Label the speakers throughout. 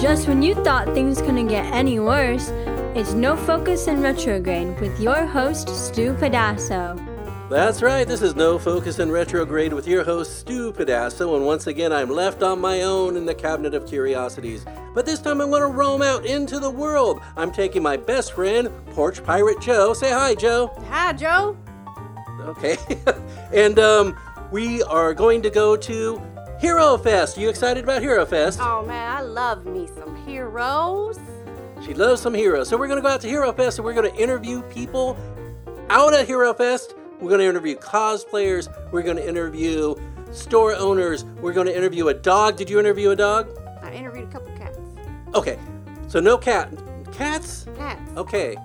Speaker 1: Just when you thought things couldn't get any worse, it's No Focus in Retrograde with your host, Stu Pedasso.
Speaker 2: That's right, this is No Focus in Retrograde with your host Stu Pedasso, and once again I'm left on my own in the Cabinet of Curiosities. But this time I'm gonna roam out into the world. I'm taking my best friend, Porch Pirate Joe. Say hi, Joe.
Speaker 3: Hi, Joe.
Speaker 2: Okay. and um, we are going to go to Hero Fest. You excited about Hero Fest?
Speaker 3: Oh man, I love me some heroes.
Speaker 2: She loves some heroes. So we're going to go out to Hero Fest and we're going to interview people out at Hero Fest. We're going to interview cosplayers. We're going to interview store owners. We're going to interview a dog. Did you interview a dog?
Speaker 3: I interviewed a couple cats.
Speaker 2: Okay. So no cat. Cats?
Speaker 3: Cats.
Speaker 2: Okay.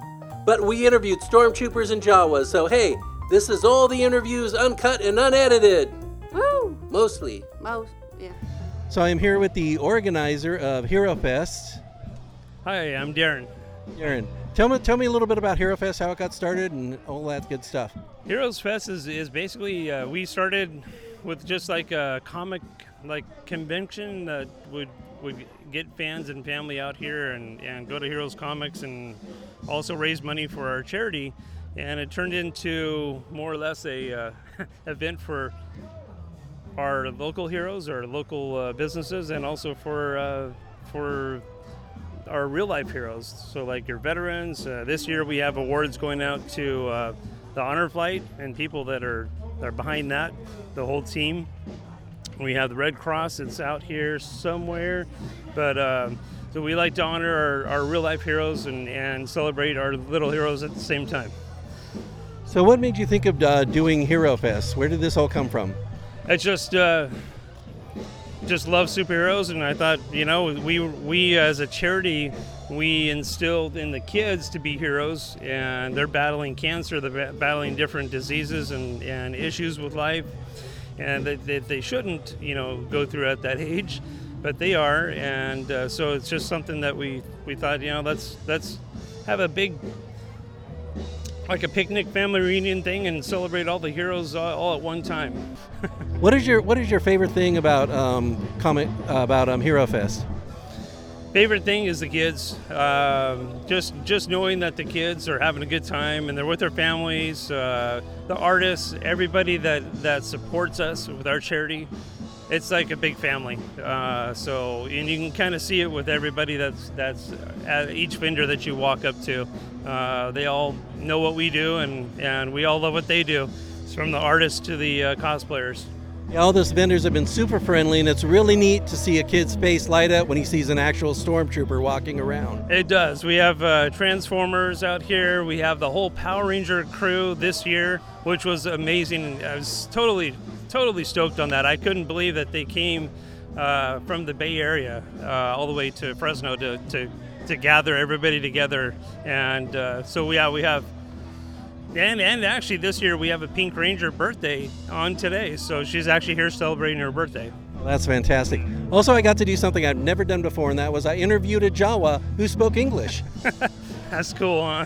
Speaker 2: But we interviewed stormtroopers and Jawas. So hey, this is all the interviews uncut and unedited,
Speaker 3: Woo.
Speaker 2: mostly.
Speaker 3: Most. Yeah.
Speaker 2: So I'm here with the organizer of Hero Fest,
Speaker 4: Hi, I'm Darren.
Speaker 2: Aaron. Tell me, tell me a little bit about Hero Fest, how it got started, and all that good stuff.
Speaker 4: Heroes Fest is, is basically uh, we started with just like a comic like convention that would would get fans and family out here and, and go to Heroes Comics and also raise money for our charity. And it turned into more or less a uh, event for our local heroes, our local uh, businesses, and also for uh, for our real life heroes. So like your veterans. Uh, this year we have awards going out to uh, the honor flight and people that are that are behind that, the whole team. We have the Red Cross. It's out here somewhere, but um, so we like to honor our, our real life heroes and, and celebrate our little heroes at the same time.
Speaker 2: So, what made you think of uh, doing Hero Fest? Where did this all come from?
Speaker 4: I just uh, just love superheroes, and I thought, you know, we we as a charity, we instilled in the kids to be heroes, and they're battling cancer, they're ba- battling different diseases and, and issues with life, and that they, they shouldn't, you know, go through at that age, but they are, and uh, so it's just something that we we thought, you know, let's let's have a big like a picnic family reunion thing and celebrate all the heroes all, all at one time.
Speaker 2: What is your What is your favorite thing about um, comic about um, Hero Fest?
Speaker 4: favorite thing is the kids. Um, just just knowing that the kids are having a good time and they're with their families, uh, the artists, everybody that that supports us with our charity. It's like a big family. Uh, so and you can kind of see it with everybody that's that's at each vendor that you walk up to. Uh, they all know what we do and and we all love what they do. It's from the artists to the uh, cosplayers.
Speaker 2: All those vendors have been super friendly, and it's really neat to see a kid's face light up when he sees an actual stormtrooper walking around.
Speaker 4: It does. We have uh, Transformers out here. We have the whole Power Ranger crew this year, which was amazing. I was totally, totally stoked on that. I couldn't believe that they came uh, from the Bay Area uh, all the way to Fresno to, to, to gather everybody together. And uh, so, yeah, we have. And, and actually, this year we have a Pink Ranger birthday on today. So she's actually here celebrating her birthday.
Speaker 2: Well, that's fantastic. Also, I got to do something I've never done before, and that was I interviewed a Jawa who spoke English.
Speaker 4: That's cool, huh?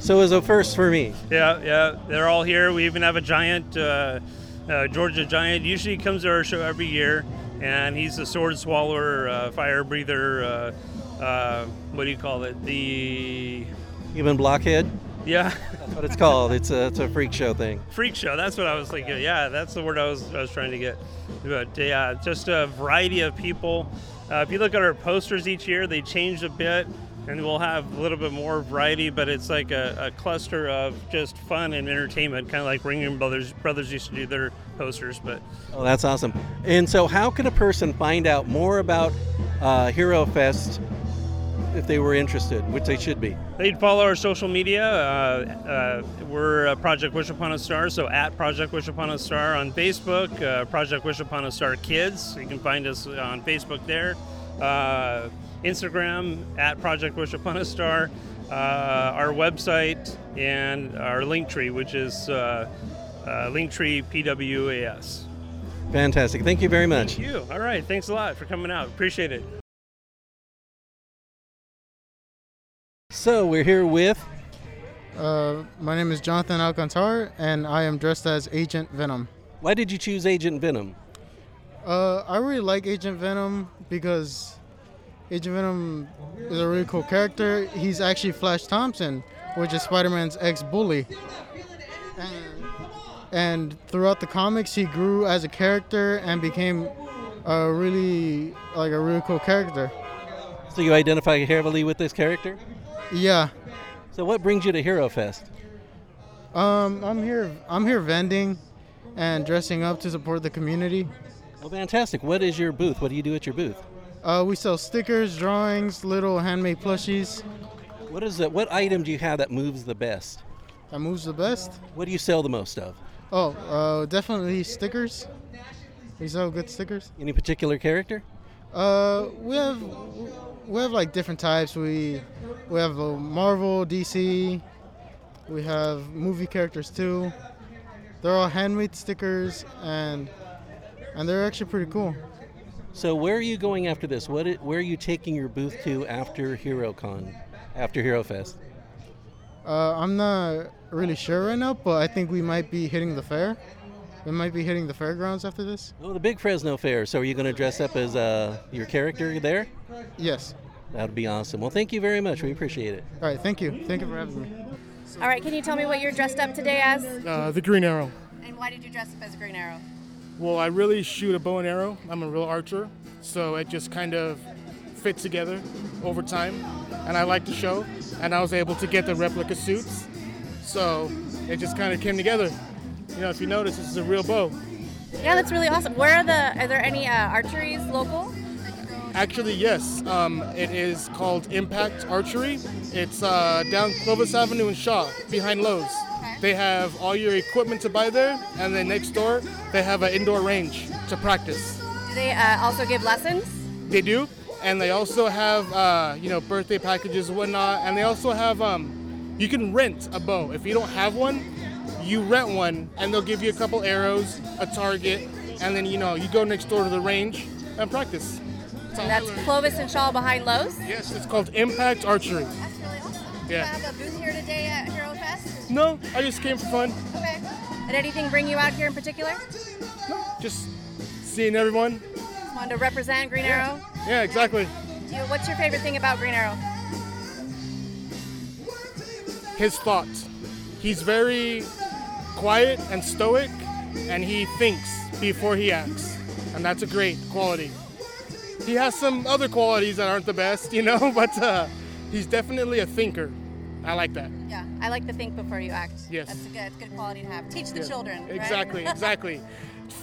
Speaker 2: So it was a first for me.
Speaker 4: Yeah, yeah, they're all here. We even have a giant, uh, uh, Georgia giant. Usually comes to our show every year, and he's a sword swallower, uh, fire breather. Uh, uh, what do you call it? The
Speaker 2: Even blockhead.
Speaker 4: yeah,
Speaker 2: That's what it's called. It's a, it's a freak show thing.
Speaker 4: freak show. That's what I was thinking. Yeah, that's the word I was I was trying to get. But yeah, just a variety of people. Uh, if you look at our posters each year, they change a bit. And we'll have a little bit more variety, but it's like a, a cluster of just fun and entertainment, kind of like Ringling Brothers. Brothers used to do their posters, but
Speaker 2: Oh, that's awesome. And so, how can a person find out more about uh, Hero Fest if they were interested, which they should be?
Speaker 4: They'd follow our social media. Uh, uh, we're uh, Project Wish Upon a Star, so at Project Wish Upon a Star on Facebook, uh, Project Wish Upon a Star Kids. You can find us on Facebook there. Uh, Instagram, at Project Wish Upon a Star. Uh, our website and our Linktree, which is uh, uh, Linktree PWAS.
Speaker 2: Fantastic. Thank you very much.
Speaker 4: Thank you. All right. Thanks a lot for coming out. Appreciate it.
Speaker 2: So, we're here with
Speaker 5: Uh, my name is Jonathan Alcantar, and I am dressed as Agent Venom.
Speaker 2: why did you choose Agent Venom?
Speaker 5: Uh, I really like Agent Venom because Agent Venom is a really cool character. He's actually Flash Thompson, which is Spider-Man's ex-bully. And, and throughout the comics, he grew as a character and became a really like a really cool character.
Speaker 2: So you identify heavily with this character?
Speaker 5: Yeah.
Speaker 2: So what brings you to Hero Fest?
Speaker 5: Um, I'm here. I'm here vending and dressing up to support the community.
Speaker 2: Well, fantastic. What is your booth? What do you do at your booth?
Speaker 5: Uh, we sell stickers, drawings, little handmade plushies.
Speaker 2: What is that? What item do you have that moves the best?
Speaker 5: That moves the best.
Speaker 2: What do you sell the most of?
Speaker 5: Oh, uh, definitely stickers. We sell good stickers.
Speaker 2: Any particular character?
Speaker 5: Uh, we have we have like different types. We we have uh, Marvel, DC. We have movie characters too. They're all handmade stickers and and they're actually pretty cool.
Speaker 2: So where are you going after this? What? i- Where are you taking your booth to after HeroCon, after Hero Fest?
Speaker 5: Uh, I'm not really sure right now, but I think we might be hitting the fair. We might be hitting the fairgrounds after this.
Speaker 2: Oh, the big Fresno Fair. So are you going to dress up as uh, your character there?
Speaker 5: Yes.
Speaker 2: That would be awesome. Well, thank you very much. We appreciate it.
Speaker 5: All right. Thank you. Thank you for having me.
Speaker 6: All right, can you tell me what you're dressed up today as?
Speaker 7: Uh, the Green Arrow.
Speaker 6: And why did you dress up as a Green Arrow?
Speaker 7: Well, I really shoot a bow and arrow. I'm a real archer, so it just kind of fit together over time. And I like the show, and I was able to get the replica suits, so it just kind of came together. You know, if you notice, this is a real bow.
Speaker 6: Yeah, that's really awesome. Where are the? Are there any uh, archeries local?
Speaker 7: Actually, yes, um, it is called Impact Archery. It's uh, down Clovis Avenue in Shaw, behind Lowe's. They have all your equipment to buy there, and then next door they have an indoor range to practice.
Speaker 6: Do they uh, also give lessons?
Speaker 7: They do, and they also have uh, you know birthday packages and whatnot, and they also have um, you can rent a bow if you don't have one, you rent one, and they'll give you a couple arrows, a target, and then you know you go next door to the range and practice.
Speaker 6: And that's Clovis and Shaw behind Lowe's.
Speaker 7: Yes, it's called Impact Archery.
Speaker 6: That's really awesome.
Speaker 7: Yeah.
Speaker 6: You have a booth here today at Hero Fest.
Speaker 7: No, I just came for fun,
Speaker 6: Okay. Did anything bring you out here in particular?
Speaker 7: just seeing everyone.
Speaker 6: Want to represent Green Arrow?
Speaker 7: Yeah, exactly.
Speaker 6: Do you, what's your favorite thing about Green Arrow?
Speaker 7: his thoughts. He's very quiet and stoic, and he thinks before he acts, and that's a great quality. He has some other qualities that aren't the best, you know, but uh, he's definitely a thinker. I like that.
Speaker 6: Yeah, I like to think before you act.
Speaker 7: Yes.
Speaker 6: That's a good, it's a good quality to have. Teach the
Speaker 7: Yeah.
Speaker 6: children. right?
Speaker 7: Exactly, exactly.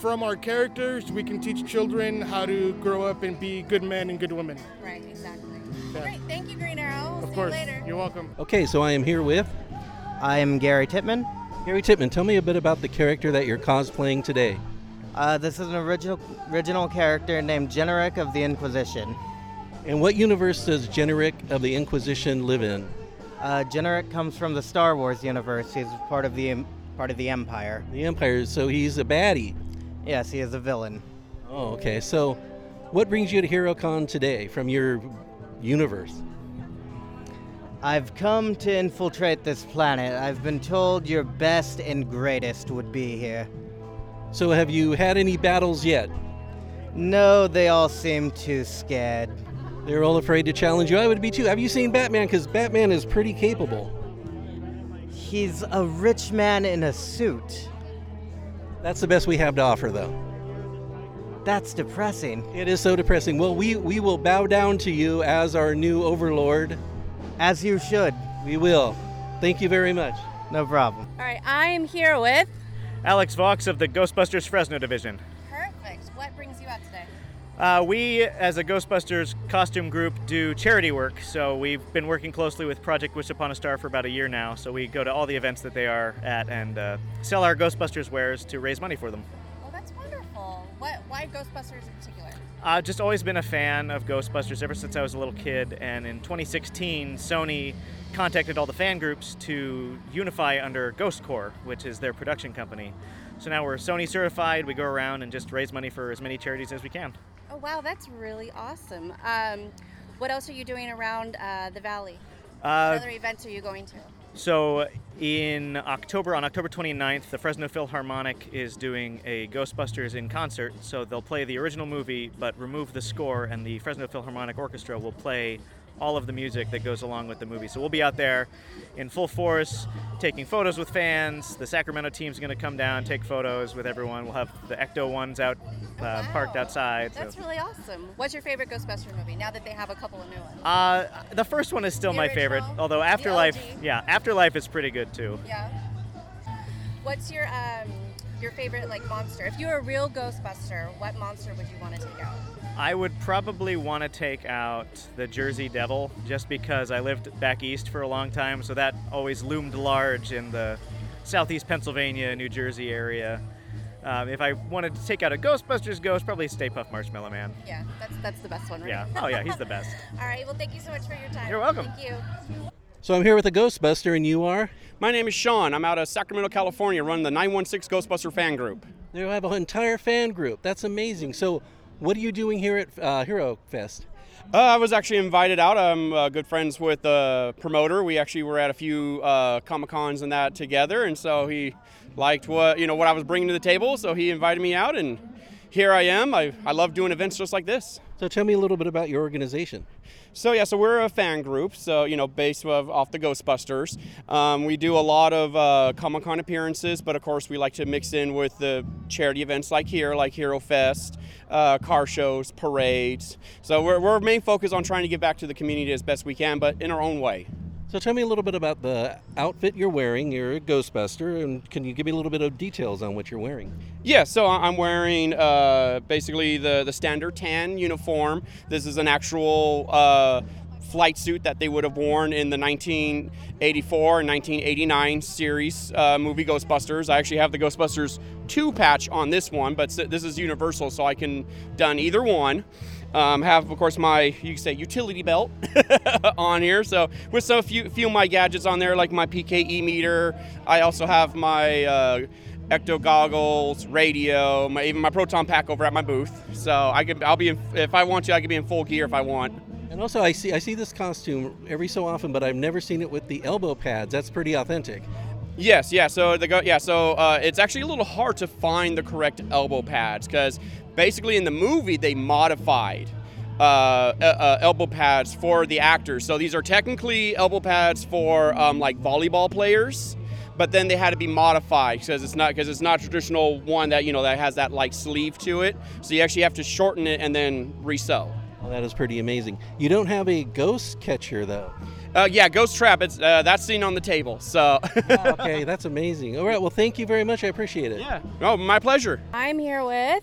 Speaker 7: From our characters, we can teach children how to grow up and be good men and good women.
Speaker 6: right. Exactly.
Speaker 7: Yeah.
Speaker 6: Great. Thank you, Green Arrow.
Speaker 7: Of
Speaker 6: See
Speaker 7: course.
Speaker 6: you later.
Speaker 7: You're welcome.
Speaker 2: Okay, so I am here with
Speaker 8: I am Gary Tittman.
Speaker 2: Gary Tippman. Tell me a bit about the character that you're cosplaying today.
Speaker 8: Uh, this is an original original character named Generic of the Inquisition.
Speaker 2: And what universe does Generic of the Inquisition live in?
Speaker 8: Uh, Generic comes from the Star Wars universe. He's part of the em- part of the Empire.
Speaker 2: The Empire, so he's a baddie.
Speaker 8: Yes, he is a villain.
Speaker 2: Oh, okay. So what brings you to HeroCon today from your universe?
Speaker 8: I've come to infiltrate this planet. I've been told your best and greatest would be here.
Speaker 2: So have you had any battles yet?
Speaker 8: No, they all seem too scared.
Speaker 2: They're all afraid to challenge you. I would be too. Have you seen Batman? Because Batman is pretty capable.
Speaker 8: He's a rich man in a suit.
Speaker 2: That's the best we have to offer, though.
Speaker 8: That's depressing.
Speaker 2: It is so depressing. Well, we, we will bow down to you as our new overlord.
Speaker 8: As you should.
Speaker 2: We will. Thank you very much.
Speaker 8: No problem.
Speaker 6: All right. I am here with.
Speaker 9: Alex Vox of the Ghostbusters Fresno division.
Speaker 6: Perfect. What brings you out today?
Speaker 9: Uh, we, as a Ghostbusters costume group, do charity work. So we've been working closely with Project Wish Upon a Star for about a year now. So we go to all the events that they are at and uh, sell our Ghostbusters wares to raise money for them.
Speaker 6: Well, Oh, that's wonderful. What? Why Ghostbusters in particular?
Speaker 9: I've just always been a fan of Ghostbusters ever since I was a little kid, and in 2016, Sony contacted all the fan groups to unify under Ghost Corps, which is their production company. So now we're Sony certified. We go around and just raise money for as many charities as we can.
Speaker 6: Oh, wow. That's really awesome. Um, what else are you doing around uh, the valley? What
Speaker 9: Uh,
Speaker 6: other events are you going to?
Speaker 9: So in October, on October 29th, the Fresno Philharmonic is doing a Ghostbusters in concert. So they'll play the original movie, but remove the score, and the Fresno Philharmonic Orchestra will play all of the music that goes along with the movie. So we'll be out there in full force, taking photos with fans. The Sacramento team's going to come down, take photos with everyone. We'll have the Ecto ones out uh, parked
Speaker 6: Wow.
Speaker 9: outside. so-
Speaker 6: That's really awesome. What's your favorite Ghostbuster movie? Now that they have a couple of new ones.
Speaker 9: uh, the first one is still
Speaker 6: The
Speaker 9: my
Speaker 6: original,
Speaker 9: favorite, although
Speaker 6: the
Speaker 9: Afterlife,
Speaker 6: OG.
Speaker 9: yeah, Afterlife is pretty good too.
Speaker 6: Yeah. What's your um your favorite like monster? If you were a real Ghostbuster, what monster would you want to take out?
Speaker 9: I would probably want to take out the Jersey Devil just because I lived back east for a long time, so that always loomed large in the southeast Pennsylvania, New Jersey area. Um, if I wanted to take out a Ghostbusters ghost, probably Stay Puft Marshmallow Man.
Speaker 6: Yeah, that's that's the best one, right?
Speaker 9: Yeah. Oh, yeah, he's the best.
Speaker 6: All right. Well, thank you so much for your time.
Speaker 9: You're welcome.
Speaker 6: Thank you.
Speaker 2: So I'm here with a Ghostbuster, and you are?
Speaker 10: My name is Sean. I'm out of Sacramento, California, running the 916 Ghostbuster fan group.
Speaker 2: You have an entire fan group. That's amazing. So, what are you doing here at uh, Hero Fest?
Speaker 10: Uh, I was actually invited out. I'm uh, good friends with the promoter. We actually were at a few uh, Comic Cons and that together, and so he liked what you know what I was bringing to the table, so he invited me out, and here I am. I, I love doing events just like this.
Speaker 2: So, tell me a little bit about your organization.
Speaker 10: So yeah, so we're a fan group. So you know, based of, off the Ghostbusters, um, we do a lot of uh, Comic Con appearances, but of course we like to mix in with the charity events like here, like Hero Fest, uh, car shows, parades. So we're, we're main focus on trying to give back to the community as best we can, but in our own way.
Speaker 2: So, tell me a little bit about the outfit you're wearing. You're a Ghostbuster, and can you give me a little bit of details on what you're wearing?
Speaker 10: Yeah, so I- I'm wearing uh, basically the, the standard tan uniform. This is an actual uh, flight suit that they would have worn in the 1984 and 1989 series uh, movie Ghostbusters. I actually have the Ghostbusters 2 patch on this one, but s- this is universal, so I can done either one. Um, have of course my you could say utility belt on here. So with so few few of my gadgets on there, like my PKE meter. I also have my uh, ecto goggles, radio, my, even my proton pack over at my booth. So I could I'll be in, if I want to, I could be in full gear if I want.
Speaker 2: And also, I see I see this costume every so often, but I've never seen it with the elbow pads. That's pretty authentic.
Speaker 10: Yes, yeah. So the go- yeah, so uh, it's actually a little hard to find the correct elbow pads because basically in the movie they modified uh, uh, uh, elbow pads for the actors. So these are technically elbow pads for um, like volleyball players, but then they had to be modified because it's not because it's not traditional one that you know that has that like sleeve to it. So you actually have to shorten it and then resew.
Speaker 2: Well, that is pretty amazing. You don't have a ghost catcher though.
Speaker 10: Uh, yeah, ghost trap. It's uh, that's seen on the table. So
Speaker 2: Oh, okay, that's amazing. All right, well, thank you very much. I appreciate it.
Speaker 10: yeah. Oh, my pleasure.
Speaker 6: I'm here with,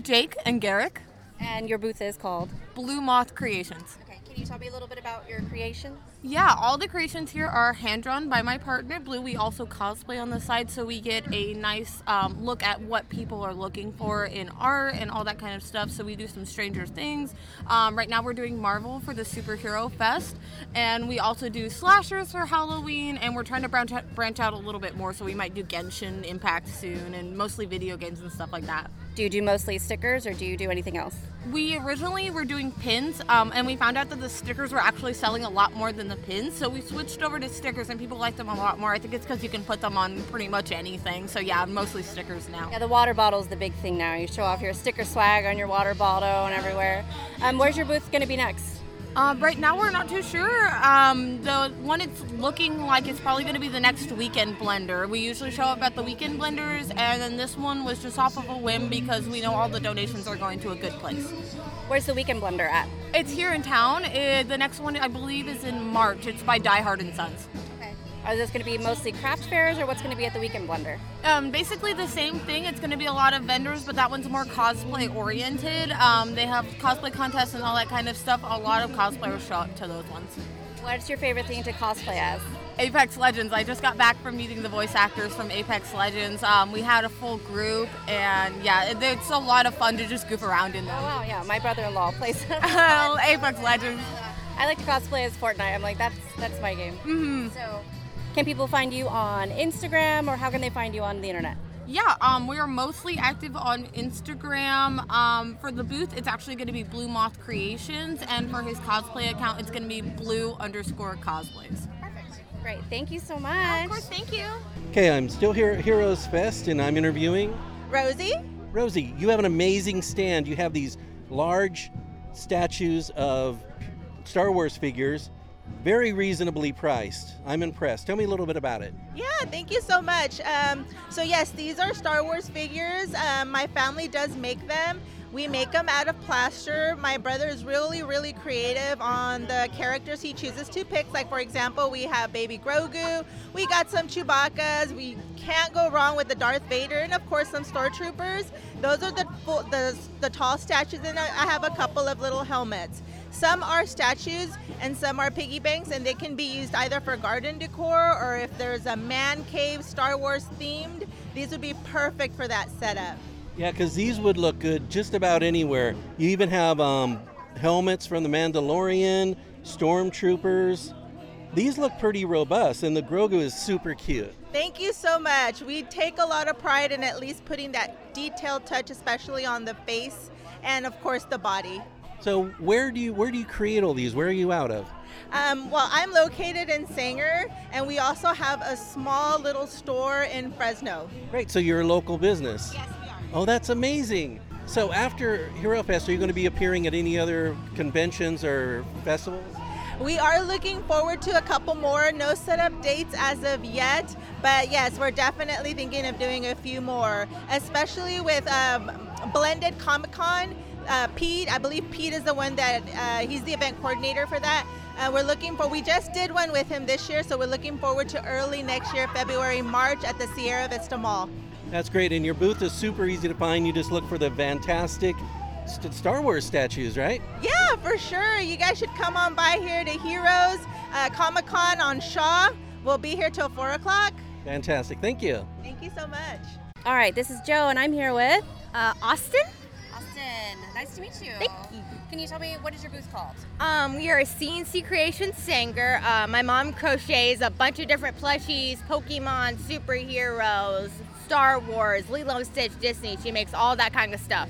Speaker 11: Jake and Garrick,
Speaker 6: and your booth is called.
Speaker 11: Blue Moth Creations.
Speaker 6: Okay. Can you tell me a little bit about your creations?
Speaker 11: Yeah, all the creations here are hand drawn by my partner Blue. We also cosplay on the side, so we get a nice um, look at what people are looking for in art and all that kind of stuff. So we do some Stranger Things. Um, right now, we're doing Marvel for the Superhero Fest, and we also do slashers for Halloween. And we're trying to branch out, branch out a little bit more, so we might do Genshin Impact soon, and mostly video games and stuff like that.
Speaker 6: Do you do mostly stickers, or do you do anything else?
Speaker 11: We originally were doing pins, um, and we found out that the stickers were actually selling a lot more than the pins. So we switched over to stickers, and people like them a lot more. I think it's because you can put them on pretty much anything. So yeah, mostly stickers now.
Speaker 6: Yeah, the water bottle's the big thing now. You show off your sticker swag on your water bottle and everywhere. Um, where's your booth going to be next?
Speaker 11: Um, right now, we're not too sure. Um, the one it's looking like it's probably going to be the next weekend blender. We usually show up at the weekend blenders, and then this one was just off of a whim because we know all the donations are going to a good place.
Speaker 6: Where's the weekend blender at?
Speaker 11: It's here in town.
Speaker 12: eh,
Speaker 11: Uh, the next one I believe is in March. It's by Die Hard and Sons.
Speaker 6: Okay. Are this going to be mostly craft fairs, or what's going to be at the weekend blender?
Speaker 11: Um, basically the same thing. It's going to be a lot of vendors, but that one's more cosplay oriented. Um, they have cosplay contests and all that kind of stuff. A lot of cosplayers show up to those ones.
Speaker 6: What's your favorite thing to cosplay as?
Speaker 11: Apex Legends. I just got back from meeting the voice actors from Apex Legends. Um, we had a full group, and yeah, it, it's a lot of fun to just goof around in
Speaker 6: Oh
Speaker 11: them. Oh,
Speaker 6: wow, yeah, my brother-in-law plays.
Speaker 11: Apex Legends.
Speaker 6: I like to cosplay as Fortnite. I'm like, that's that's my game.
Speaker 13: Mm-hmm.
Speaker 6: So, can people find you on Instagram, or how can they find you on the internet?
Speaker 11: Yeah, um, we are mostly active on Instagram. Um, for the booth, it's actually going to be Blue Moth Creations, and for his cosplay account, it's going to be Blue underscore cosplays.
Speaker 6: Perfect. Great. Thank you so much. Of course.
Speaker 11: Thank you.
Speaker 2: Okay, I'm still here at Heroes Fest and I'm interviewing
Speaker 14: Rosie?
Speaker 2: Rosie. You have an amazing stand. You have these large statues of Star Wars figures, very reasonably priced. I'm impressed. Tell me a little bit about it.
Speaker 14: Yeah, thank you so much. Um, so, yes, these are Star Wars figures. Um, my family does make them. We make them out of plaster. My brother is really, really creative on the characters he chooses to pick. Like, for example, we have Baby Grogu, we got some Chewbacca's, we can't go wrong with the Darth Vader, and of course, some Stormtroopers. Those are the, full, the, the tall statues, and I I have a couple of little helmets. Some are statues and some are piggy banks, and they can be used either for garden decor or if there's a man cave Star Wars themed, these would be perfect for that setup.
Speaker 2: Yeah, because these would look good just about anywhere. You even have um, helmets from the Mandalorian, stormtroopers. These look pretty robust, and the Grogu is super cute.
Speaker 14: Thank you so much. We take a lot of pride in at least putting that detailed touch, especially on the face and, of course, the body.
Speaker 2: So where do you where do you create all these? Where are you out of?
Speaker 14: Um, well, I'm located in Sanger, and we also have a small little store in Fresno.
Speaker 2: Great. So you're a local business. Yes, we are. Oh, that's amazing. So after Hero Fest, are you going to be appearing at any other conventions or festivals?
Speaker 14: We are looking forward to a couple more. No setup dates as of yet, but yes, we're definitely thinking of doing a few more, especially with um, Blended Comic Con. Uh, Pete, I believe Pete is the one that uh, he's the event coordinator for that. Uh, we're looking for. We just did one with him this year, so we're looking forward to early next year, February, March, at the Sierra Vista Mall.
Speaker 2: That's great. And your booth is super easy to find. You just look for the fantastic st- Star Wars statues, right?
Speaker 14: Yeah, for sure. You guys should come on by here to Heroes uh, Comic Con on Shaw. We'll be here till four o'clock.
Speaker 2: Fantastic. Thank you.
Speaker 14: Thank you so much.
Speaker 6: All right. This is
Speaker 15: Oh,
Speaker 6: Joe, and I'm here with
Speaker 15: uh, Austin.
Speaker 6: Austin. Nice to meet you. Thank you. Can you tell me what is your booth called?
Speaker 15: Um, we are a CNC Creation Sanger. Uh, my mom crochets a bunch of different plushies, Pokemon, superheroes, Star Wars, Lilo and Stitch, Disney. She makes all that kind of stuff.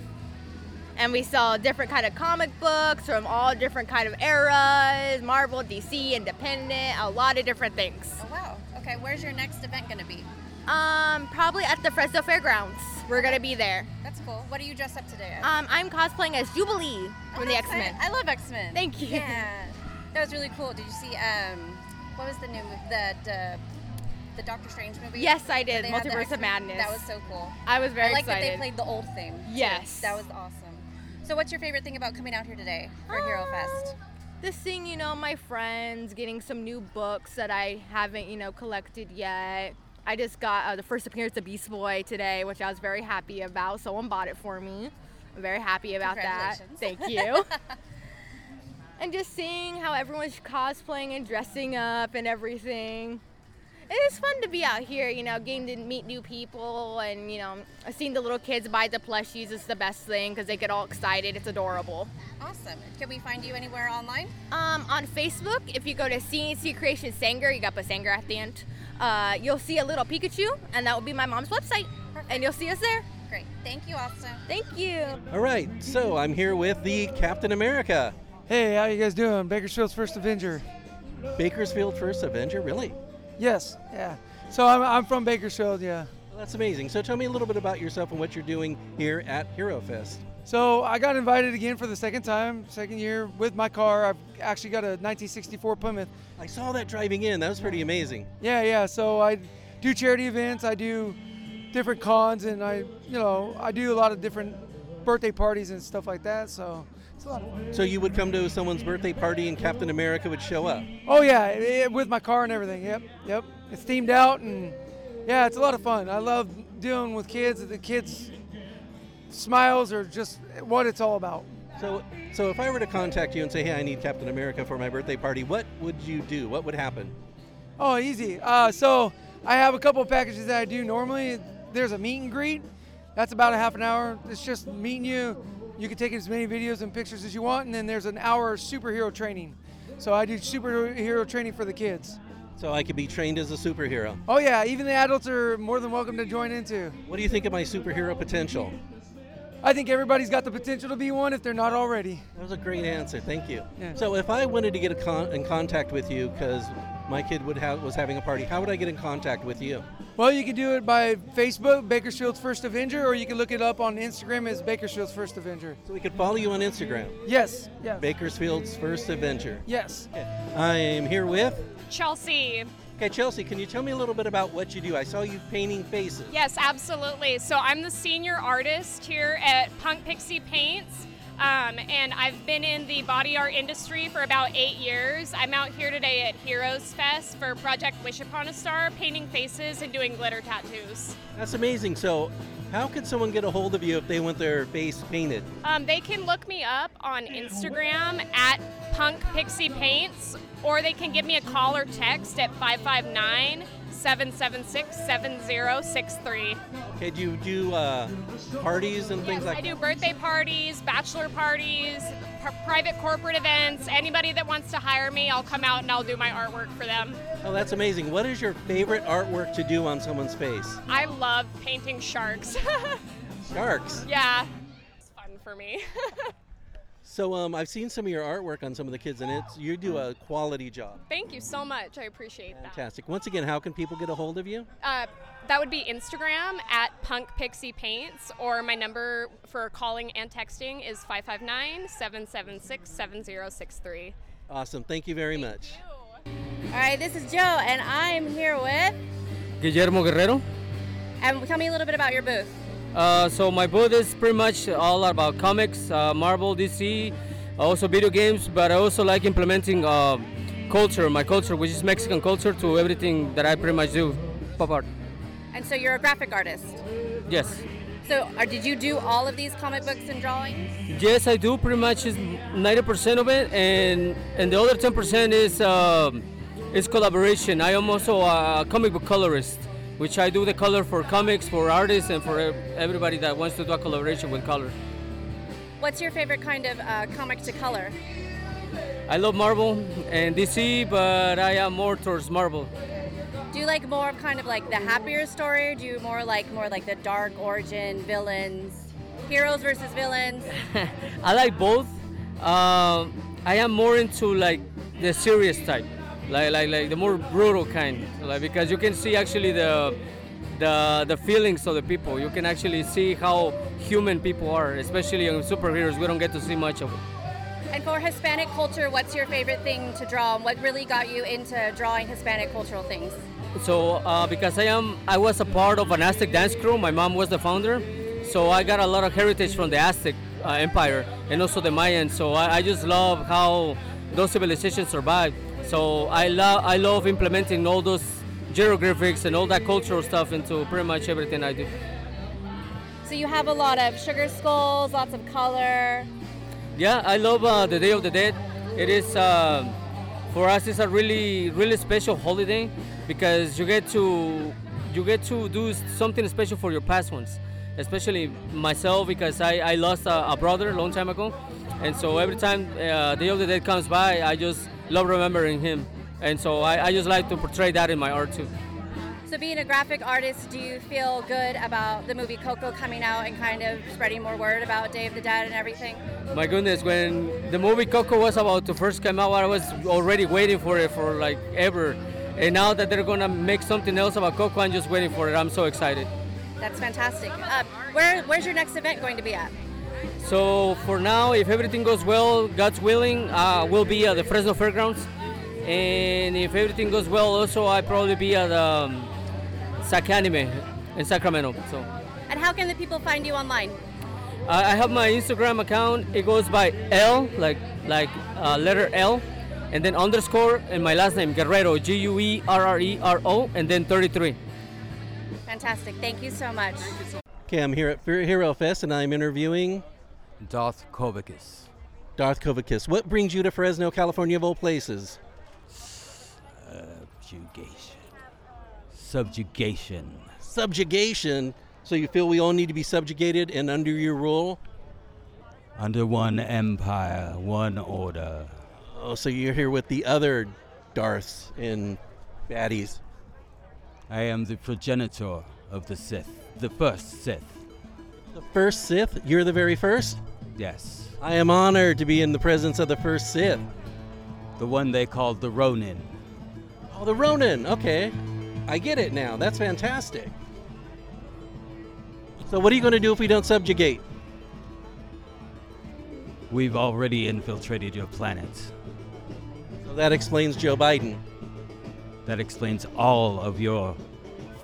Speaker 15: And we sell different kind of comic books from all different kind of eras, Marvel, DC, Independent, a lot of different things.
Speaker 6: Oh wow. Okay. Where's your next event gonna be?
Speaker 15: Um, probably at the Fresno Fairgrounds. We're gonna be there.
Speaker 6: That's cool. What are you dressed up today? as?
Speaker 15: Um, I'm cosplaying as Jubilee from the
Speaker 6: X
Speaker 15: X Men.
Speaker 6: Men. I love X Men.
Speaker 15: Thank you.
Speaker 6: Yeah, that was really cool. Did you see um, what was the new movie? The uh, the Doctor Strange movie.
Speaker 15: Yes, I did.
Speaker 6: They had the
Speaker 15: Multiverse of
Speaker 6: X-Men?
Speaker 15: Madness.
Speaker 6: That was so cool.
Speaker 15: I was very
Speaker 6: I like that they
Speaker 15: excited.
Speaker 6: played the old theme. too.
Speaker 15: Yes.
Speaker 6: that was awesome. So, what's your favorite thing about coming out here today for Hero Fest?
Speaker 15: Um, This thing, you know, my friends getting some new books that I haven't, you know, collected yet. I just got uh, the first appearance of Beast Boy today, which I was very happy about. Someone bought it for me. I'm very happy about that.
Speaker 6: Congratulations.
Speaker 15: Thank you. and just seeing how everyone's cosplaying and dressing up and everything. It is fun to be out here, you know, getting to meet new people and, you know, seeing the little kids buy the plushies is the best thing because they get all excited. It's adorable.
Speaker 6: Awesome. Can we find you anywhere online?
Speaker 15: Um, on Facebook, if you go to CNC Creation Sanger, you got put Sanger at the end, uh, you'll see a little Pikachu, and that will be my mom's website. And you'll see us there.
Speaker 6: Great. Thank you, Austin.
Speaker 15: Thank you.
Speaker 2: All right. So I'm here with the Captain America.
Speaker 16: Hey, how you guys doing? Bakersfield's first Avenger.
Speaker 2: Bakersfield first Avenger, really?
Speaker 16: Yes. Yeah. So I'm, I'm from Bakersfield. Yeah.
Speaker 2: Well, that's amazing. So tell me a little bit about yourself and what you're doing here at Hero Fest.
Speaker 16: So I got invited again for the second time, second year with my car. I've actually got a 1964 Plymouth.
Speaker 2: I saw that driving in. That was pretty amazing.
Speaker 16: Yeah, yeah. So I do charity events. I do different cons, and I, you know, I do a lot of different birthday parties and stuff like that. So it's a lot of fun.
Speaker 2: So you would come to someone's birthday party and Captain America would show up.
Speaker 16: Oh yeah, i- i- with my car and everything. Yep, yep. It's themed out and yeah, it's a lot of fun. I love dealing with kids. The kids' smiles are just what it's all about.
Speaker 2: So, so if I were to contact you and say, "Hey, I need Captain America for my birthday party," what would you do? What would happen?
Speaker 16: Oh, easy. Uh, so I have a couple packages that I do normally. There's a meet and greet. That's about a half an hour. It's just meeting you. You can take as many videos and pictures as you want, and then there's an hour superhero training. So I do superhero training for the kids.
Speaker 2: So I could be trained as a superhero.
Speaker 16: Oh yeah, even the adults are more than welcome to join in too.
Speaker 2: What do you think of my superhero potential?
Speaker 16: I think everybody's got the potential to be one if they're not already.
Speaker 2: That was a great answer. Thank you. So if I wanted to get a con- in contact with you because my kid would have was having a party, how would I get in contact with you?
Speaker 16: Well, you can do it by Facebook, Bakersfield's First Avenger, or you can look it up on Instagram as Bakersfield's First Avenger.
Speaker 2: So we could follow you on Instagram.
Speaker 16: Yes. Yeah.
Speaker 2: Bakersfield's first adventure.
Speaker 16: Yes.
Speaker 2: I am here with.
Speaker 12: Chelsea.
Speaker 2: Okay, Chelsea, can you tell me a little bit about what you do? I saw you painting faces.
Speaker 12: Yes, absolutely. So I'm the senior artist here at Punk Pixie Paints. Um, and I've been in the body art industry for about eight years. I'm out here today at Heroes Fest for Project Wish Upon a Star, painting faces and doing glitter tattoos.
Speaker 2: That's amazing. So, how could someone get a hold of you if they want their face painted?
Speaker 12: Um, they can look me up on Instagram at Punk Pixie Paints, or they can give me a call or text at 559 776 7063.
Speaker 2: Okay, do you do uh, parties and things like
Speaker 12: I do birthday parties, bachelor parties, pr- private corporate events. Anybody that wants to hire me, I'll come out and I'll do my artwork for them.
Speaker 2: Oh, that's amazing. What is your favorite artwork to do on someone's face?
Speaker 12: I love painting sharks.
Speaker 2: Sharks.
Speaker 12: yeah, it's fun for me.
Speaker 2: So, um, I've seen some of your artwork on some of the kids, and it's you do a quality job.
Speaker 12: Thank you so much. I appreciate that.
Speaker 2: Fantastic. Once again, how can people get a hold of you?
Speaker 12: Uh, that would be Instagram at Punk Pixie Paints, or my number for calling and texting is 559 776 7063.
Speaker 2: Awesome. Thank you very much.
Speaker 6: All right, this is Joe, and I'm here with.
Speaker 17: Guillermo Guerrero.
Speaker 6: And tell me a little bit about your booth.
Speaker 17: Uh, so my booth is pretty much all about comics, uh, Marvel, DC, also video games, but I also like implementing uh, culture, my culture, which is Mexican culture, to everything that I pretty much do, pop art.
Speaker 6: And so you're a graphic artist.
Speaker 17: Yes.
Speaker 6: So are, did you do all of these comic books and drawings?
Speaker 17: Yes, I do pretty much is 90% of it, and and the other 10% is um is collaboration. I am also a comic book colorist, which I do the color for comics, for artists, and for ev- everybody that wants to do a collaboration with color.
Speaker 6: What's your favorite kind of uh, comic to color?
Speaker 17: I love Marvel and DC, but I am more towards Marvel.
Speaker 6: Do you like more of kind of like the happier story, or do you more like more like the dark origin villains, heroes versus villains?
Speaker 17: I like both. Um, I am more into like the serious type, like like like the more brutal kind, like because you can see actually the the the feelings of the people. You can actually see how human people are, especially in superheroes. We don't get to see much of it.
Speaker 6: And for Hispanic culture, what's your favorite thing to draw, and what really got you into drawing Hispanic cultural things?
Speaker 17: So uh, because I am, I was a part of an Aztec dance crew. My mom was the founder, so I got a lot of heritage from the Aztec uh, Empire and also the Mayan. So I, I just love how those civilizations survived. So I love, I love implementing all those geographics and all that cultural stuff into pretty much everything I do.
Speaker 6: So you have a lot of sugar skulls, lots of color.
Speaker 17: Yeah, I love uh, the Day of the Dead. It is uh, for us. It's a really, really special holiday because you get to you get to do s- something special for your past ones. Especially myself because I, I lost a, a brother a long time ago, and so every time uh, Day of the Dead comes by, I just love remembering him, and so I, I just like to portray that in my art too.
Speaker 6: So being a graphic artist, do you feel good about the movie Coco coming out and kind of spreading more word about Day of the Dead and everything?
Speaker 17: My goodness, when the movie Coco was about to first come out, I was already waiting for it for like ever. And now that they're gonna make something else about Coco, I'm just waiting for it. I'm so excited.
Speaker 6: That's fantastic. Uh, where, where's your next event going to be at?
Speaker 17: So for now, if everything goes well, God's willing, uh, we'll be at the Fresno Fairgrounds. And if everything goes well, also I probably be at um, Sac Anime in Sacramento. So
Speaker 6: And how can the people find you online?
Speaker 17: I I have my Instagram account. It goes by L, like like uh, letter L, and then underscore, and my last name Guerrero, G U E R R E R O, and then 33.
Speaker 6: Fantastic. Thank you so much.
Speaker 2: Okay, I'm here at Fe- Hero Fest, and I'm interviewing
Speaker 18: Darth Kovakis.
Speaker 2: Darth Kovakis. What brings you to Fresno, California, of all places?
Speaker 18: Subjugation. Subjugation.
Speaker 2: Subjugation. So you feel we all need to be subjugated and under your rule?
Speaker 18: Under one empire, one order.
Speaker 2: Oh, so you're here with the other Darths and baddies.
Speaker 18: I am the progenitor of the Sith, the first Sith.
Speaker 2: The first Sith? You're the very first?
Speaker 18: Yes.
Speaker 2: I am honored to be in the presence of the first Sith.
Speaker 18: The one they called the Ronin.
Speaker 2: Oh, the Ronin. Okay. I get it now. That's fantastic. So, what are you going to do if we don't subjugate?
Speaker 18: We've already infiltrated your planet.
Speaker 2: So that explains Joe Biden.
Speaker 18: That explains all of your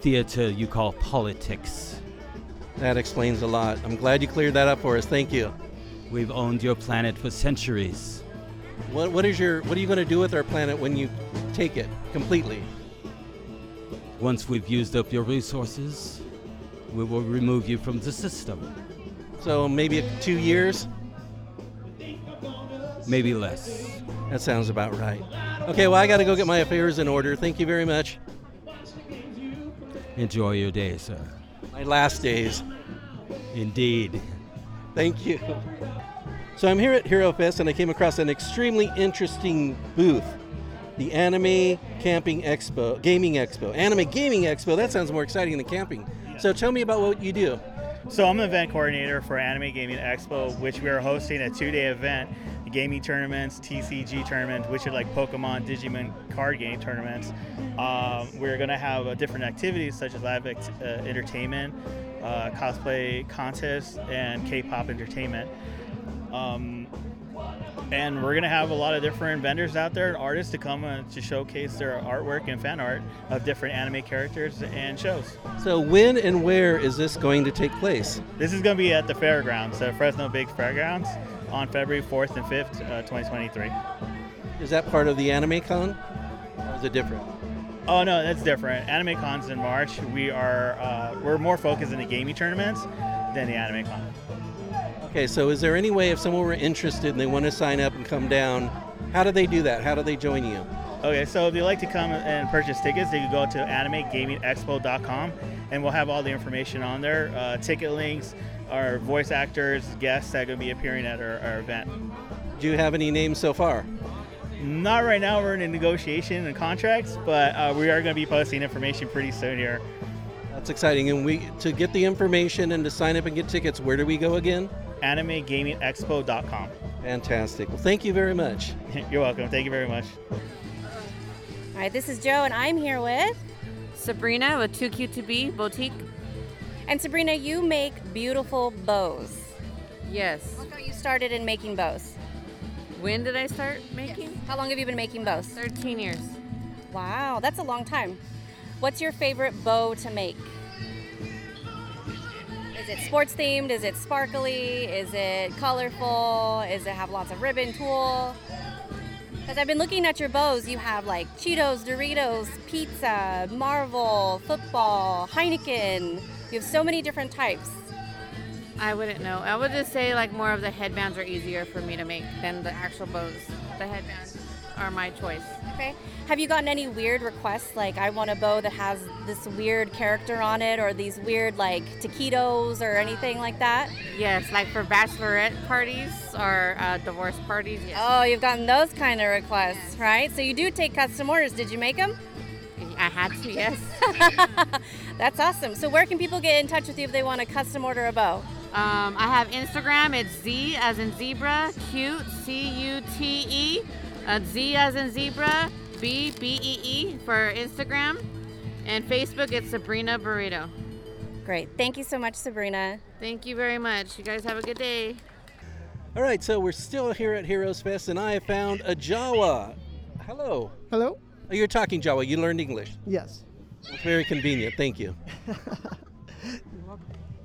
Speaker 18: theater you call politics.
Speaker 2: That explains a lot. I'm glad you cleared that up for us. Thank you.
Speaker 18: We've owned your planet for centuries.
Speaker 2: What, what is your What are you going to do with our planet when you take it completely?
Speaker 18: Once we've used up your resources, we will remove you from the system.
Speaker 2: So maybe two years?
Speaker 18: Maybe less.
Speaker 2: That sounds about right. Okay, well, I got to go get my affairs in order. Thank you very much.
Speaker 18: Enjoy your day, sir.
Speaker 2: My last days.
Speaker 18: Indeed.
Speaker 2: Thank you. So I'm here at Hero Fest and I came across an extremely interesting booth. The Anime Camping Expo, Gaming Expo. Anime Gaming Expo, that sounds more exciting than camping. So tell me about what you do.
Speaker 19: So I'm the event coordinator for Anime Gaming Expo, which we are hosting a two-day event, gaming tournaments, TCG tournaments, which are like Pokemon, Digimon, card game tournaments. Um, we're going to have uh, different activities such as live act- uh, entertainment, uh, cosplay contests, and K-pop entertainment. Um, and we're going to have a lot of different vendors out there and artists to come uh, to showcase their artwork and fan art of different anime characters and shows.
Speaker 2: So, when and where is this going to take place?
Speaker 19: This is going to be at the fairgrounds, the Fresno Big Fairgrounds, on February 4th and 5th, uh, 2023.
Speaker 2: Is that part of the Anime Con? Or is it different?
Speaker 19: Oh no, that's different. Anime Con's in March. We are uh, we're more focused in the gaming tournaments than the Anime Con.
Speaker 2: Okay, so is there any way if someone were interested and they want to sign up and come down, how do they do that? How do they join you?
Speaker 19: Okay, so if they like to come and purchase tickets, they can go to animegamingexpo.com and we'll have all the information on there. Uh, ticket links, our voice actors, guests that are going to be appearing at our, our event.
Speaker 2: Do you have any names so far?
Speaker 19: Not right now, we're in a negotiation and contracts, but uh, we are going to be posting information pretty soon here.
Speaker 2: That's exciting. And we to get the information and to sign up and get tickets, where do we go again?
Speaker 19: AnimeGamingExpo.com.
Speaker 2: Fantastic. Well, thank you very much.
Speaker 19: You're welcome. Thank you very much.
Speaker 6: All right, this is Joe, and I'm here with
Speaker 11: Sabrina with Too Cute to Be Boutique.
Speaker 6: And Sabrina, you make beautiful bows.
Speaker 20: Yes.
Speaker 6: Look how you started in making bows.
Speaker 20: When did I start making?
Speaker 6: How long have you been making bows?
Speaker 20: 13 years.
Speaker 6: Wow, that's a long time. What's your favorite bow to make? Is it sports themed? Is it sparkly? Is it colorful? Is it have lots of ribbon, tulle? Because I've been looking at your bows, you have like Cheetos, Doritos, pizza, Marvel, football, Heineken. You have so many different types.
Speaker 20: I wouldn't know. I would just say like more of the headbands are easier for me to make than the actual bows. The headbands are my choice.
Speaker 6: Okay. Have you gotten any weird requests like I want a bow that has this weird character on it or these weird like taquitos or anything like that?
Speaker 20: Yes, like for bachelorette parties or uh, divorce parties. Yes.
Speaker 6: Oh, you've gotten those kind of requests, right? So you do take custom orders. Did you make them?
Speaker 20: I had to. Yes.
Speaker 6: That's awesome. So where can people get in touch with you if they want to custom order a bow?
Speaker 20: Um, I have Instagram. It's Z as in zebra, cute, C U T E, uh, Z as in zebra, B B E E for Instagram, and Facebook. It's Sabrina Burrito.
Speaker 6: Great. Thank you so much, Sabrina.
Speaker 20: Thank you very much. You guys have a good day.
Speaker 2: All right, so we're still here at Heroes Fest, and I have found a Jawa. Hello.
Speaker 21: Hello.
Speaker 2: Oh, you're talking Jawa. You learned English.
Speaker 21: Yes.
Speaker 2: It's very convenient. Thank you.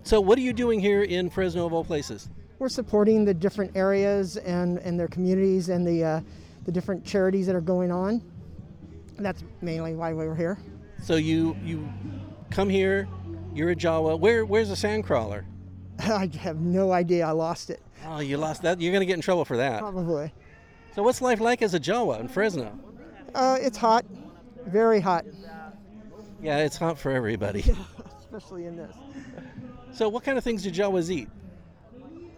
Speaker 2: so, what are you doing here in Fresno of all places?
Speaker 21: We're supporting the different areas and, and their communities and the, uh, the different charities that are going on. That's mainly why we were here.
Speaker 2: So you you come here. You're a Jawa. Where where's the sandcrawler?
Speaker 21: I have no idea. I lost it.
Speaker 2: Oh, you lost that. You're gonna get in trouble for that.
Speaker 21: Probably.
Speaker 2: So, what's life like as a Jawa in Fresno?
Speaker 21: Uh, it's hot, very hot,
Speaker 2: Yeah, it's hot for everybody.
Speaker 21: especially in this.
Speaker 2: so, what kind of things do Jawas eat?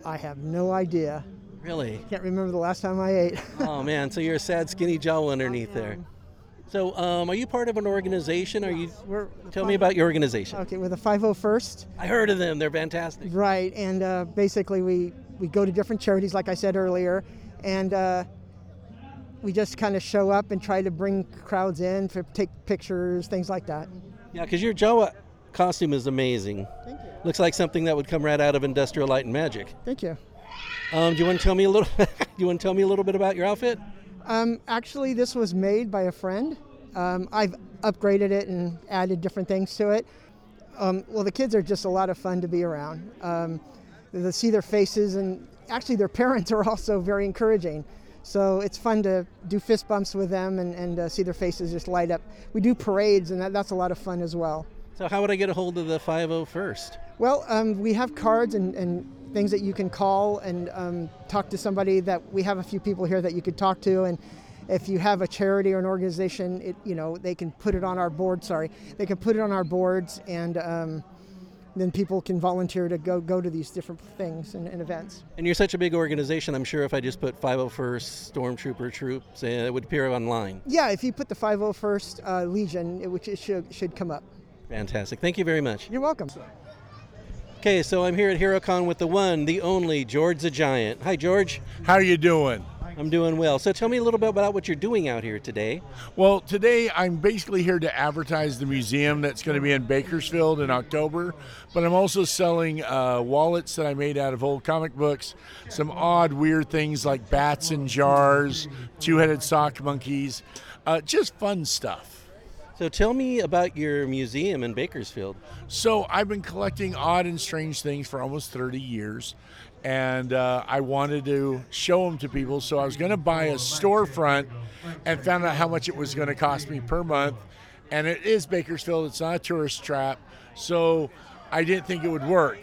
Speaker 21: I have no idea.
Speaker 2: Really?
Speaker 21: Can't remember the last time I ate.
Speaker 2: oh man, so you're a sad skinny Jawa underneath there. So, um, are you part of an organization? Are you? tell me about your organization.
Speaker 21: Okay, we're the 501st.
Speaker 2: I heard of them. They're fantastic.
Speaker 21: Right, and uh, basically we we go to different charities, like I said earlier, and uh, we just kind of show up and try to bring crowds in for take pictures, things like that.
Speaker 2: Yeah, because your Jawa costume is amazing. Thank you. Looks like something that would come right out of Industrial Light and Magic.
Speaker 21: Thank you.
Speaker 2: Um, do you want to tell me a little? do you want to tell me a little bit about your outfit?
Speaker 21: Um, actually, this was made by a friend. Um, I've upgraded it and added different things to it. Um, well, the kids are just a lot of fun to be around. Um, to see their faces, and actually, their parents are also very encouraging. So it's fun to do fist bumps with them and, and uh, see their faces just light up. We do parades, and that, that's a lot of fun as well.
Speaker 2: So how would I get a hold of the 50 first?
Speaker 21: Well, um, we have cards and, and things that you can call and um, talk to somebody that we have a few people here that you could talk to. And if you have a charity or an organization, it, you know, they can put it on our board. Sorry, they can put it on our boards and um, then people can volunteer to go, go to these different things and, and events.
Speaker 2: And you're such a big organization. I'm sure if I just put 501st Stormtrooper troops, uh, it would appear online.
Speaker 21: Yeah, if you put the 501st uh, Legion, it, which it should, should come up.
Speaker 2: Fantastic. Thank you very much.
Speaker 21: You're welcome.
Speaker 2: Okay, so I'm here at HeroCon with the one, the only George the Giant. Hi, George. How are you doing? I'm doing well. So tell me a little bit about what you're doing out here today.
Speaker 22: Well, today I'm basically here to advertise the museum that's going to be in Bakersfield in October, but I'm also selling uh, wallets that I made out of old comic books, some odd, weird things like bats in jars, two headed sock monkeys, uh, just fun stuff.
Speaker 2: So tell me about your museum in Bakersfield.
Speaker 22: So I've been collecting odd and strange things for almost 30 years, and uh, I wanted to show them to people. So I was going to buy a storefront, and found out how much it was going to cost me per month. And it is Bakersfield; it's not a tourist trap. So I didn't think it would work.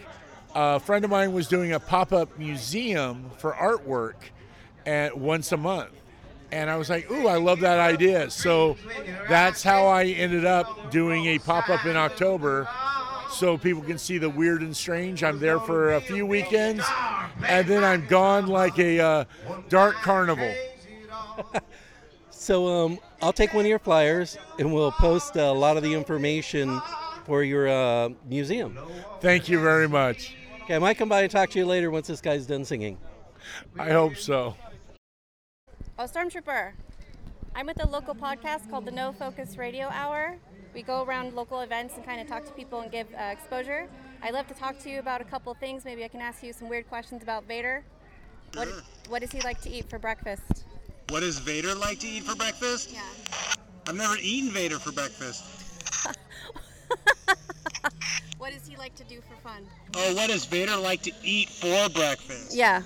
Speaker 22: A friend of mine was doing a pop-up museum for artwork, at once a month and I was like, "Ooh, I love that idea." So that's how I ended up doing a pop-up in October, so people can see the weird and strange. I'm there for a few weekends, and then I'm gone like a uh, dark carnival.
Speaker 2: So um, I'll take one of your flyers and we'll post a lot of the information for your uh, museum.
Speaker 22: Thank you very much.
Speaker 2: Okay, I might come by and talk to you later once this guy's done singing.
Speaker 22: I hope so.
Speaker 6: Oh, Stormtrooper. I'm with a local podcast called the No Focus Radio Hour. We go around local events and kind of talk to people and give uh, exposure. I'd love to talk to you about a couple of things. Maybe I can ask you some weird questions about Vader. What, what does he like to eat for breakfast?
Speaker 23: What does Vader like to eat for breakfast? Yeah. I've never eaten Vader for breakfast.
Speaker 6: What does he like to do for fun?
Speaker 23: Oh, what does Vader like to eat for breakfast?
Speaker 6: Yeah.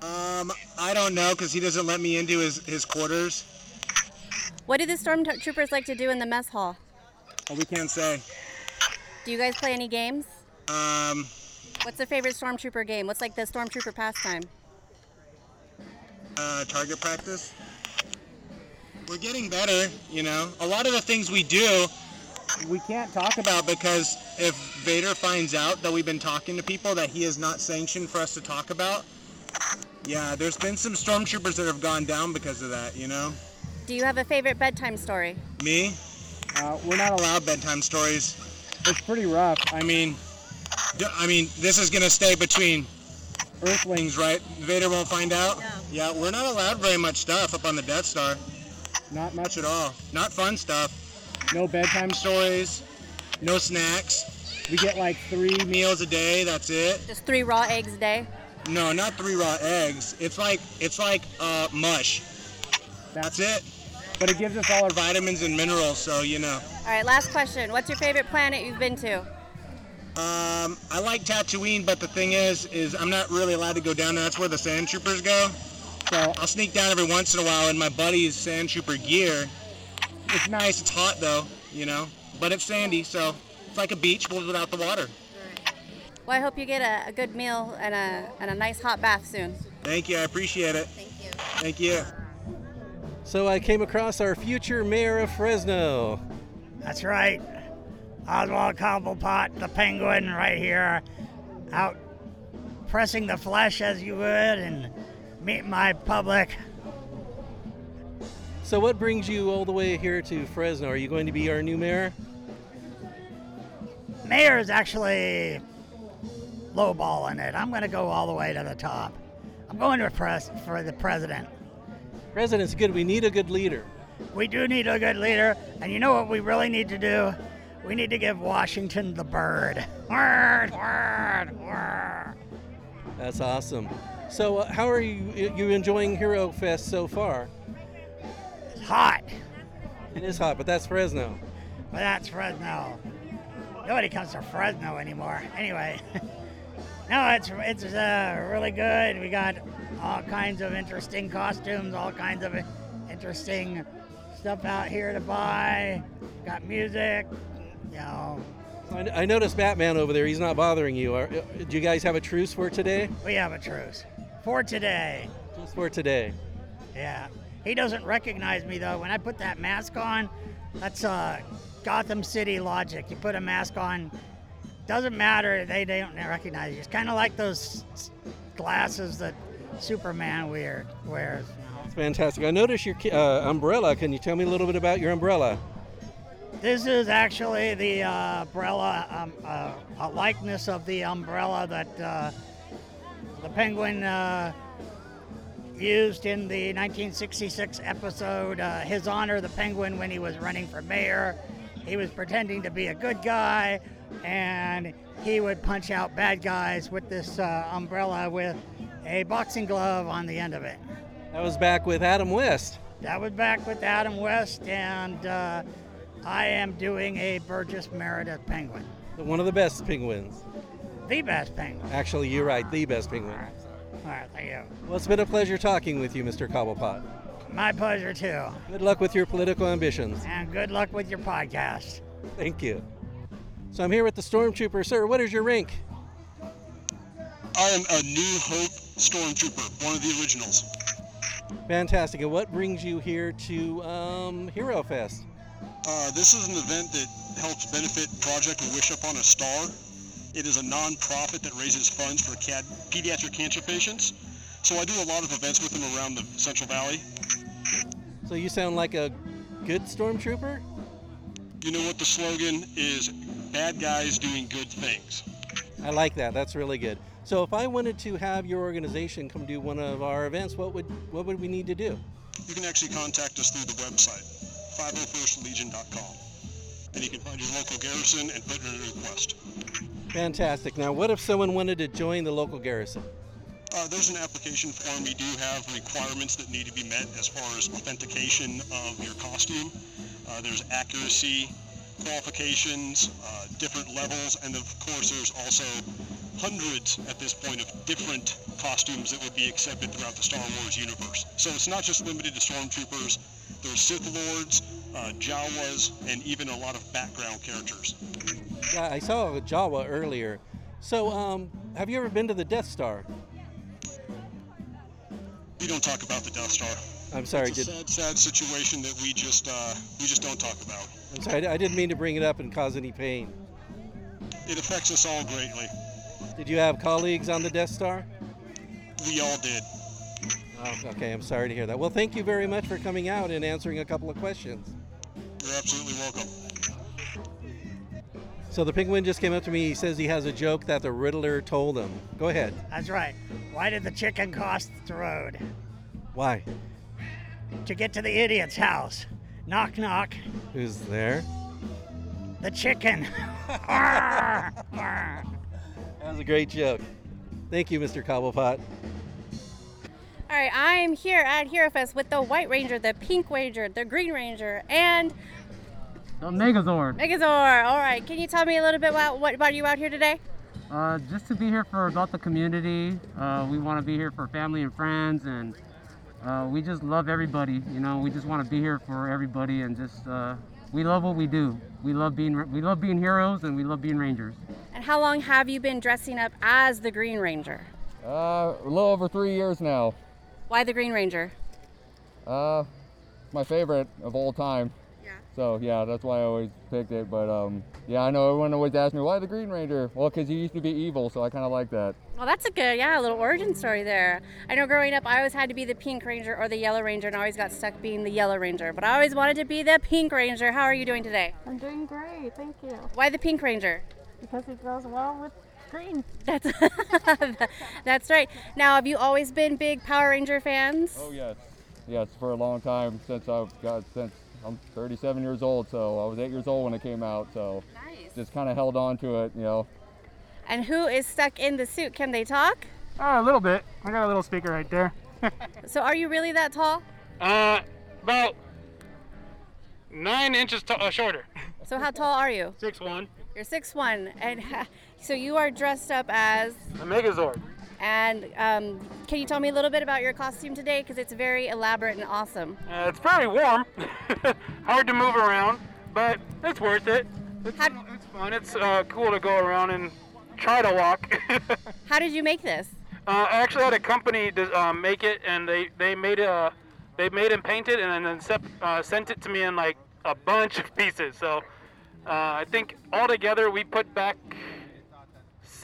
Speaker 23: Um, I don't know because he doesn't let me into his, his quarters.
Speaker 6: What do the Stormtroopers like to do in the mess hall?
Speaker 23: Oh, we can't say.
Speaker 6: Do you guys play any games?
Speaker 23: Um,
Speaker 6: What's their favorite Stormtrooper game? What's like the Stormtrooper pastime?
Speaker 23: uh, target practice. We're getting better, you know. A lot of the things we do, we can't talk about because if Vader finds out that we've been talking to people that he is not sanctioned for us to talk about, yeah, there's been some stormtroopers that have gone down because of that, you know.
Speaker 6: Do you have a favorite bedtime story?
Speaker 23: Me? Uh, we're not allowed bedtime stories. It's pretty rough. I mean, d- I mean, this is gonna stay between Earthlings, right? Vader won't find out. Yeah, we're not allowed very much stuff up on the Death Star. Not much at all. Not fun stuff. No bedtime stories. No snacks. We get like three meals a day. That's it.
Speaker 6: Just three raw eggs a day?
Speaker 23: No, not three raw eggs. It's like it's like uh, mush. That's it. But it gives us all our vitamins and minerals, so you know.
Speaker 6: All right, last question. What's your favorite planet you've been to?
Speaker 23: Um, I like Tatooine, but the thing is, is I'm not really allowed to go down there. That's where the sand troopers go. So I'll sneak down every once in a while in my buddy's sand trooper gear. It's nice. It's hot though, you know. But it's sandy, so it's like a beach but without the water.
Speaker 6: Well, I hope you get a, a good meal and a, and a nice hot bath soon.
Speaker 23: Thank you. I appreciate it. Thank you. Thank you.
Speaker 2: So I came across our future mayor of Fresno.
Speaker 24: That's right. Oswald Cobblepot, the penguin, right here, out pressing the flesh as you would and meet my public.
Speaker 2: So what brings you all the way here to Fresno? Are you going to be our new mayor?
Speaker 24: Mayor is actually lowballing it. I'm going to go all the way to the top. I'm going to press for the president.
Speaker 2: President's good. We need a good leader.
Speaker 24: We do need a good leader, and you know what we really need to do? We need to give Washington the bird. Word, word, word.
Speaker 2: That's awesome. So, uh, how are you you enjoying Hero Fest so far?
Speaker 24: It's hot.
Speaker 2: It is hot, but that's Fresno.
Speaker 24: But that's Fresno. Nobody comes to Fresno anymore. Anyway, no, it's it's uh, really good. We got all kinds of interesting costumes, all kinds of interesting stuff out here to buy. Got music, you know.
Speaker 2: I, I noticed Batman over there. He's not bothering you. Are, uh, do you guys have a truce for today?
Speaker 24: We have a truce for today.
Speaker 2: Just for today.
Speaker 24: Yeah. He doesn't recognize me though. When I put that mask on, that's uh, Gotham City logic. You put a mask on, doesn't matter. They, they don't recognize you. It's kind of like those s- glasses that Superman wear, wears.
Speaker 2: That's fantastic. I noticed your ki- uh, umbrella. Can you tell me a little bit about your umbrella?
Speaker 24: This is actually the uh, umbrella, um, uh, a likeness of the umbrella that uh, the penguin uh, used in the 1966 episode uh, His Honor the Penguin when he was running for mayor. He was pretending to be a good guy and he would punch out bad guys with this uh, umbrella with a boxing glove on the end of it.
Speaker 2: That was back with Adam West.
Speaker 24: That was back with Adam West, and uh, I am doing a Burgess Meredith penguin.
Speaker 2: One of the best penguins.
Speaker 24: The best penguin.
Speaker 2: Actually, you're right. The best penguin.
Speaker 24: All right, thank you.
Speaker 2: Uh, Well, it's been a pleasure talking with you, Mr. Cobblepot.
Speaker 24: My pleasure, too.
Speaker 2: Good luck with your political ambitions.
Speaker 24: And good luck with your podcast.
Speaker 2: Thank you. So I'm here with the Stormtrooper. Sir, what is your rank?
Speaker 1: I am a New Hope Stormtrooper, one of the originals.
Speaker 2: Fantastic. And what brings you here to um, Hero Fest?
Speaker 1: Uh, this is an event that helps benefit Project Wish Upon a Star. It is a nonprofit that raises funds for cad- pediatric cancer patients. So I do a lot of events with them around the Central Valley.
Speaker 2: So you sound like a good Stormtrooper?
Speaker 1: You know what the slogan is? Bad guys doing good things.
Speaker 2: I like that. That's really good. So if I wanted to have your organization come do one of our events, what would what would we need to do?
Speaker 1: You can actually contact us through the website, 501stlegion.com. And you can find your local garrison and put in a request.
Speaker 2: Fantastic. Now, what if someone wanted to join the local garrison?
Speaker 1: Uh, there's an application form. We do have requirements that need to be met as far as authentication of your costume. Uh, there's accuracy, qualifications, uh, different levels, and of course, there's also hundreds at this point of different costumes that would be accepted throughout the Star Wars universe. So it's not just limited to stormtroopers. There's Sith lords, uh, Jawas, and even a lot of background characters.
Speaker 2: Yeah, I saw a Jawa earlier. So, um, have you ever been to the Death Star?
Speaker 1: We don't talk about the Death Star.
Speaker 2: I'm sorry,
Speaker 1: It's a
Speaker 2: did-
Speaker 1: sad, sad situation that we just uh, we just don't talk about.
Speaker 2: I'm sorry, I didn't mean to bring it up and cause any pain.
Speaker 1: It affects us all greatly.
Speaker 2: Did you have colleagues on the Death Star?
Speaker 1: We all did.
Speaker 2: Oh, okay, I'm sorry to hear that. Well, thank you very much for coming out and answering a couple of questions.
Speaker 1: You're absolutely welcome.
Speaker 2: So the penguin just came up to me. He says he has a joke that the Riddler told him. Go ahead.
Speaker 24: That's right. Why did the chicken cross the road?
Speaker 2: Why?
Speaker 24: To get to the idiot's house. Knock, knock.
Speaker 2: Who's there?
Speaker 24: The chicken.
Speaker 2: That was a great joke. Thank you, Mr. Cobblepot.
Speaker 6: All right, I'm here at Hero Fest with the White Ranger, the Pink Ranger, the Green Ranger, and
Speaker 3: The Megazord.
Speaker 6: Megazord. All right, can you tell me a little bit about what brought you out here today?
Speaker 3: Uh, just to be here for about the community. Uh, we want to be here for family and friends, and uh, we just love everybody. You know, we just want to be here for everybody, and just uh, we love what we do. We love being we love being heroes, and we love being rangers.
Speaker 6: And how long have you been dressing up as the Green Ranger?
Speaker 3: Uh, a little over three years now.
Speaker 6: Why the Green Ranger?
Speaker 3: Uh, my favorite of all time. Yeah. So yeah, that's why I always picked it. But um, yeah, I know everyone always asks me why the Green Ranger. Well, because he used to be evil, so I kind of like that.
Speaker 6: Well, that's a good, yeah, little origin story there. I know growing up, I always had to be the Pink Ranger or the Yellow Ranger, and I always got stuck being the Yellow Ranger. But I always wanted to be the Pink Ranger. How are you doing today?
Speaker 4: I'm doing great, thank you.
Speaker 6: Why the Pink Ranger?
Speaker 4: Because it goes well with green.
Speaker 6: That's that's right. Now, have you always been big Power Ranger fans?
Speaker 3: Oh yes.
Speaker 25: yeah, it's for a long time since I've got since I'm 37 years old, so I was eight years old when it came out, so just kind of held on to it, you know.
Speaker 6: And who is stuck in the suit? Can they talk?
Speaker 26: Oh, a little bit. I got a little speaker right there.
Speaker 6: So are you really that tall?
Speaker 26: Uh, about nine inches t- uh, shorter.
Speaker 6: So how tall are you?
Speaker 26: Six one.
Speaker 6: You're six one, and so you are dressed up as.
Speaker 26: A Megazord.
Speaker 6: And um, can you tell me a little bit about your costume today? Because it's very elaborate and awesome.
Speaker 26: Uh, it's very warm. Hard to move around, but it's worth it. It's, it's fun. It's uh, cool to go around and try to walk.
Speaker 6: How did you make this?
Speaker 26: Uh, I actually had a company to, uh, make it, and they they made a they made and painted, and then sep- uh, sent it to me in like a bunch of pieces. So uh, I think altogether we put back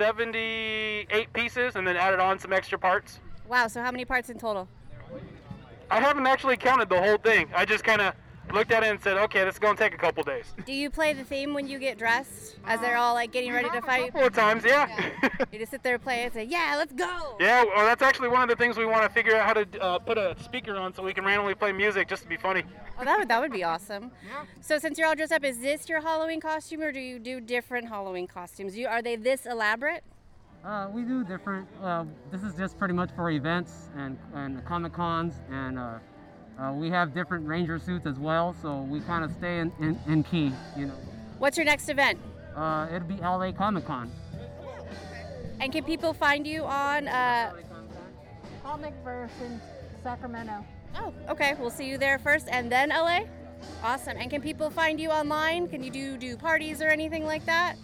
Speaker 26: 78 pieces, and then added on some extra parts.
Speaker 6: Wow. So how many parts in total?
Speaker 26: I haven't actually counted the whole thing. I just kind of looked at it and said, okay, this is gonna take a couple days.
Speaker 6: Do you play the theme when you get dressed, as they're all like getting ready to fight?
Speaker 26: Four times, yeah.
Speaker 6: You just sit there and play and say, "Yeah, let's go."
Speaker 26: Yeah, well, that's actually one of the things we want to figure out how to uh, put a speaker on so we can randomly play music just to be funny.
Speaker 6: Oh, that would that would be awesome. So since you're all dressed up, is this your Halloween costume, or do you do different Halloween costumes? You are they this elaborate?
Speaker 3: Uh, we do different. Uh, this is just pretty much for events and and comic cons, and uh, uh, we have different ranger suits as well. So we kind of stay in, in, in key, you know.
Speaker 6: What's your next event?
Speaker 3: Uh, it'll be LA Comic Con.
Speaker 6: And can people find you on? Uh,
Speaker 12: Paul McPherson, Sacramento.
Speaker 6: oh, okay. We'll see you there first, and then LA. Awesome. And can people find you online? Can you do do parties or anything like that?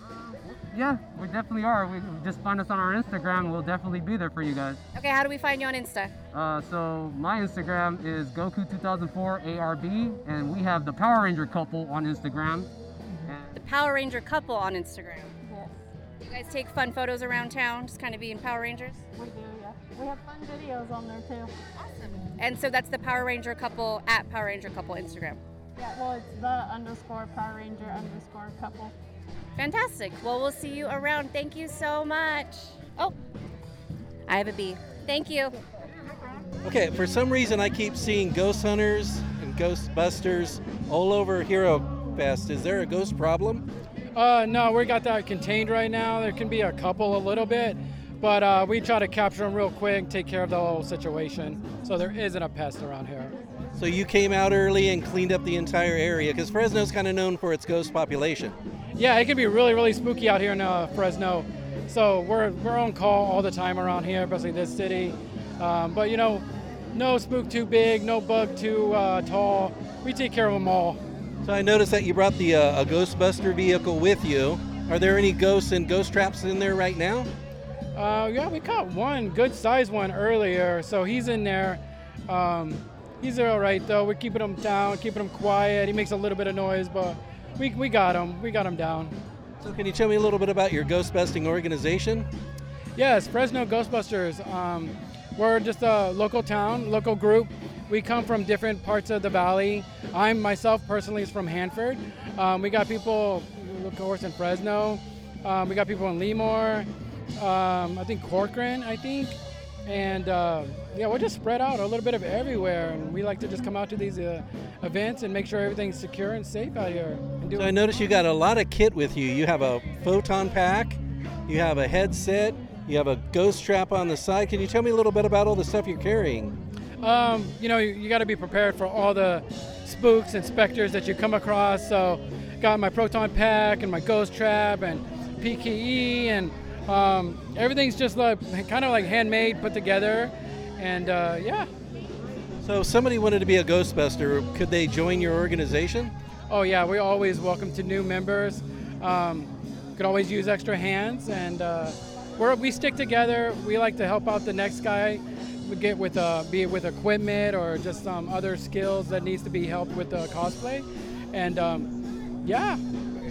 Speaker 3: Yeah, we definitely are. We just find us on our Instagram. We'll definitely be there for you guys.
Speaker 6: Okay. How do we find you on Insta?
Speaker 3: Uh, so my Instagram is Goku2004ARB, and we have the Power Ranger couple on Instagram.
Speaker 6: The Power Ranger couple on Instagram. You guys take fun photos around town, just kind of being Power Rangers.
Speaker 12: We do, yeah. We have fun videos on there too. Awesome.
Speaker 6: And so that's the Power Ranger couple at Power Ranger couple Instagram.
Speaker 12: Yeah, well, it's the underscore Power Ranger underscore couple.
Speaker 6: Fantastic. Well, we'll see you around. Thank you so much. Oh, I have a bee. Thank you.
Speaker 2: Okay, for some reason I keep seeing ghost hunters and ghostbusters all over Hero Fest. Is there a ghost problem?
Speaker 8: Uh, no, we got that contained right now. There can be a couple, a little bit, but uh, we try to capture them real quick, take care of the whole situation. So there isn't a pest around here.
Speaker 2: So you came out early and cleaned up the entire area because Fresno's kind of known for its ghost population.
Speaker 8: Yeah, it can be really, really spooky out here in uh, Fresno. So we're, we're on call all the time around here, especially this city. Um, but you know, no spook too big, no bug too uh, tall. We take care of them all.
Speaker 2: So I noticed that you brought the uh, a Ghostbuster vehicle with you. Are there any ghosts and ghost traps in there right now?
Speaker 8: Uh, yeah, we caught one good sized one earlier, so he's in there. Um, he's all right though. We're keeping him down, keeping him quiet. He makes a little bit of noise, but we, we got him. We got him down.
Speaker 2: So can you tell me a little bit about your ghost busting organization?
Speaker 8: Yes, Fresno Ghostbusters. Um, we're just a local town, local group. We come from different parts of the valley. I'm myself personally is from Hanford. Um, we got people, of course, in Fresno. Um, we got people in Lemoore. Um, I think Corcoran, I think. And uh, yeah, we're just spread out a little bit of everywhere. And we like to just come out to these uh, events and make sure everything's secure and safe out here. And do
Speaker 2: So I noticed you got a lot of kit with you. You have a photon pack, you have a headset, you have a ghost trap on the side. Can you tell me a little bit about all the stuff you're carrying?
Speaker 8: um, you know, you, you got to be prepared for all the spooks and specters that you come across. So, got my proton pack and my ghost trap and PKE, and um, everything's just like kind of like handmade, put together, and uh, yeah.
Speaker 2: So if somebody wanted to be a ghostbuster, could they join your organization?
Speaker 8: Oh yeah, we always welcome to new members. Um, could always use extra hands, and uh, we're, we stick together. We like to help out the next guy. We get with uh, be it with equipment or just um, other skills that needs to be helped with the cosplay, and um, yeah,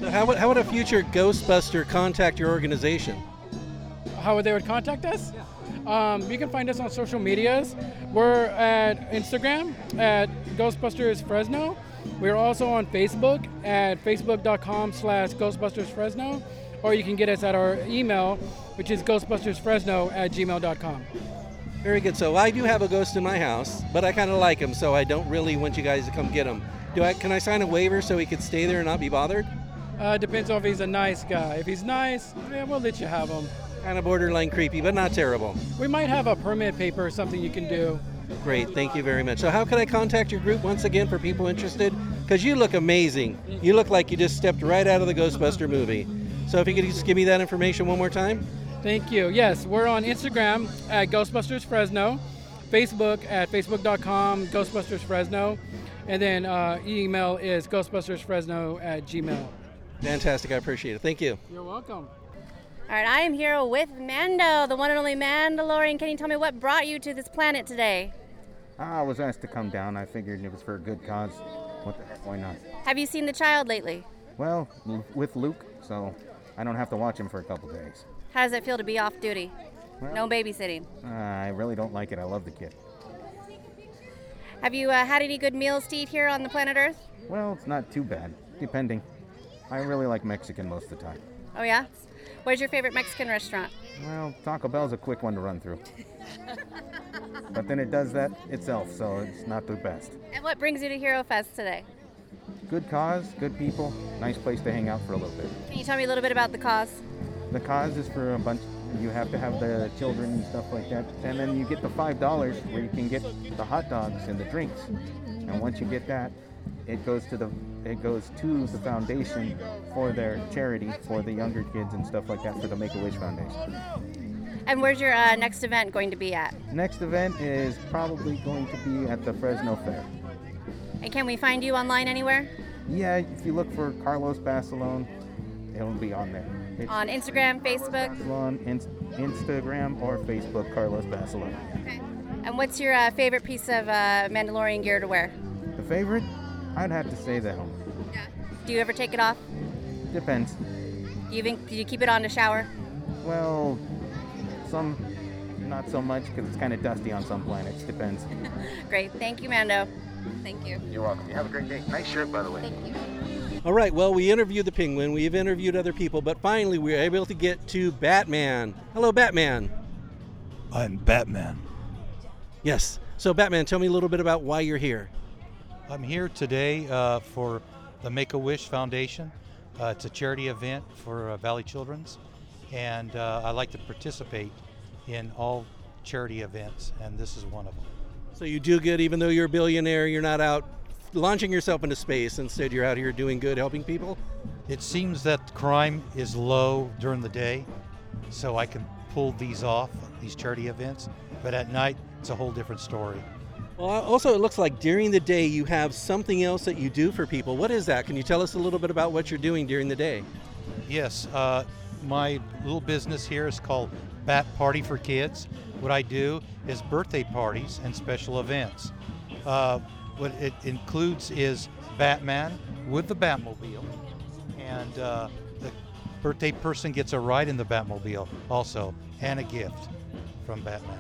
Speaker 2: So how would, how would a future ghostbuster contact your organization?
Speaker 8: how would they would contact us? Um, you can find us on social medias. We're at Instagram at Ghostbusters Fresno. We're also on Facebook at facebook.com slash Ghostbusters Fresno. Or you can get us at our email, which is ghostbustersfresno at gmail.com.
Speaker 2: Very good. So I do have a ghost in my house, but I kind of like him, so I don't really want you guys to come get him. Do I? Can I sign a waiver so he could stay there and not be bothered?
Speaker 8: Uh, depends on if he's a nice guy. If he's nice, yeah, we'll let you have him.
Speaker 2: Kind of borderline creepy, but not terrible.
Speaker 8: We might have a permit paper or something you can do.
Speaker 2: Great. Thank you very much. So how can I contact your group once again for people interested? Because you look amazing. You look like you just stepped right out of the Ghostbuster movie. So if you could just give me that information one more time.
Speaker 8: Thank you. Yes, we're on Instagram at Ghostbusters Fresno, Facebook at facebook.com Ghostbusters Fresno, and then uh, email is ghostbustersfresno at gmail.
Speaker 2: Fantastic. I appreciate it. Thank you.
Speaker 8: You're welcome.
Speaker 6: All right, I am here with Mando, the one and only Mandalorian. Can you tell me what brought you to this planet today?
Speaker 27: Ah, I was asked to come down. I figured it was for a good cause. What the heck? Why not?
Speaker 6: Have you seen the child lately?
Speaker 27: Well, l- with Luke, so I don't have to watch him for a couple days.
Speaker 6: How does it feel to be off duty? No babysitting.
Speaker 27: Uh, I really don't like it. I love the kid.
Speaker 6: Have you uh, had any good meals to eat here on the planet Earth?
Speaker 27: Well, it's not too bad, depending. I really like Mexican most of the time.
Speaker 6: Oh, yeah? Where's your favorite Mexican restaurant?
Speaker 27: Well, Taco Bell's a quick one to run through, but then it does that itself, so it's not the best.
Speaker 6: And what brings you to Hero Fest today?
Speaker 27: Good cause, good people, nice place to hang out for a little bit.
Speaker 6: Can you tell me a little bit about the cause?
Speaker 27: The cause is for a bunch. You have to have the children and stuff like that, and then you get the five dollars where you can get the hot dogs and the drinks. And once you get that, it goes to the it goes to the foundation for their charity for the younger kids and stuff like that for the Make a Wish Foundation.
Speaker 6: And where's your uh, next event going to be at?
Speaker 27: Next event is probably going to be at the Fresno Fair.
Speaker 6: And can we find you online anywhere?
Speaker 27: Yeah, if you look for Carlos Basilone, it'll be on there. It's
Speaker 6: On Instagram, Facebook?
Speaker 27: on Inst- Instagram or Facebook, Carlos Basilone.
Speaker 6: And what's your uh, favorite piece of uh, Mandalorian gear to wear?
Speaker 27: The favorite? I'd have to say the helmet.
Speaker 6: Do you ever take it off?
Speaker 27: Depends.
Speaker 6: Do you, think, do you keep it on to shower?
Speaker 27: Well, some, not so much because it's kind of dusty on some planets. Depends.
Speaker 6: Great. Thank you, Mando. Thank you.
Speaker 27: You're welcome. You have a great day. Nice shirt, by the way.
Speaker 2: All right, well, we interviewed the penguin, we've interviewed other people, but finally we were able to get to Batman. Hello, Batman.
Speaker 28: I'm Batman.
Speaker 2: Yes. So, Batman, tell me a little bit about why you're here.
Speaker 28: I'm here today uh, for the Make a Wish Foundation. Uh, it's a charity event for uh, Valley Children's, and uh, I like to participate in all charity events, and this is one of them.
Speaker 2: So, you do good even though you're a billionaire, you're not out launching yourself into space. Instead, you're out here doing good, helping people.
Speaker 28: It seems that crime is low during the day, so I can pull these off, these charity events, but at night, it's a whole different story.
Speaker 2: Well, also, it looks like during the day you have something else that you do for people. What is that? Can you tell us a little bit about what you're doing during the day?
Speaker 28: Yes, uh, my little business here is called Bat Party for Kids. What I do is birthday parties and special events. Uh, what it includes is Batman with the Batmobile, and uh, the birthday person gets a ride in the Batmobile also, and a gift from Batman.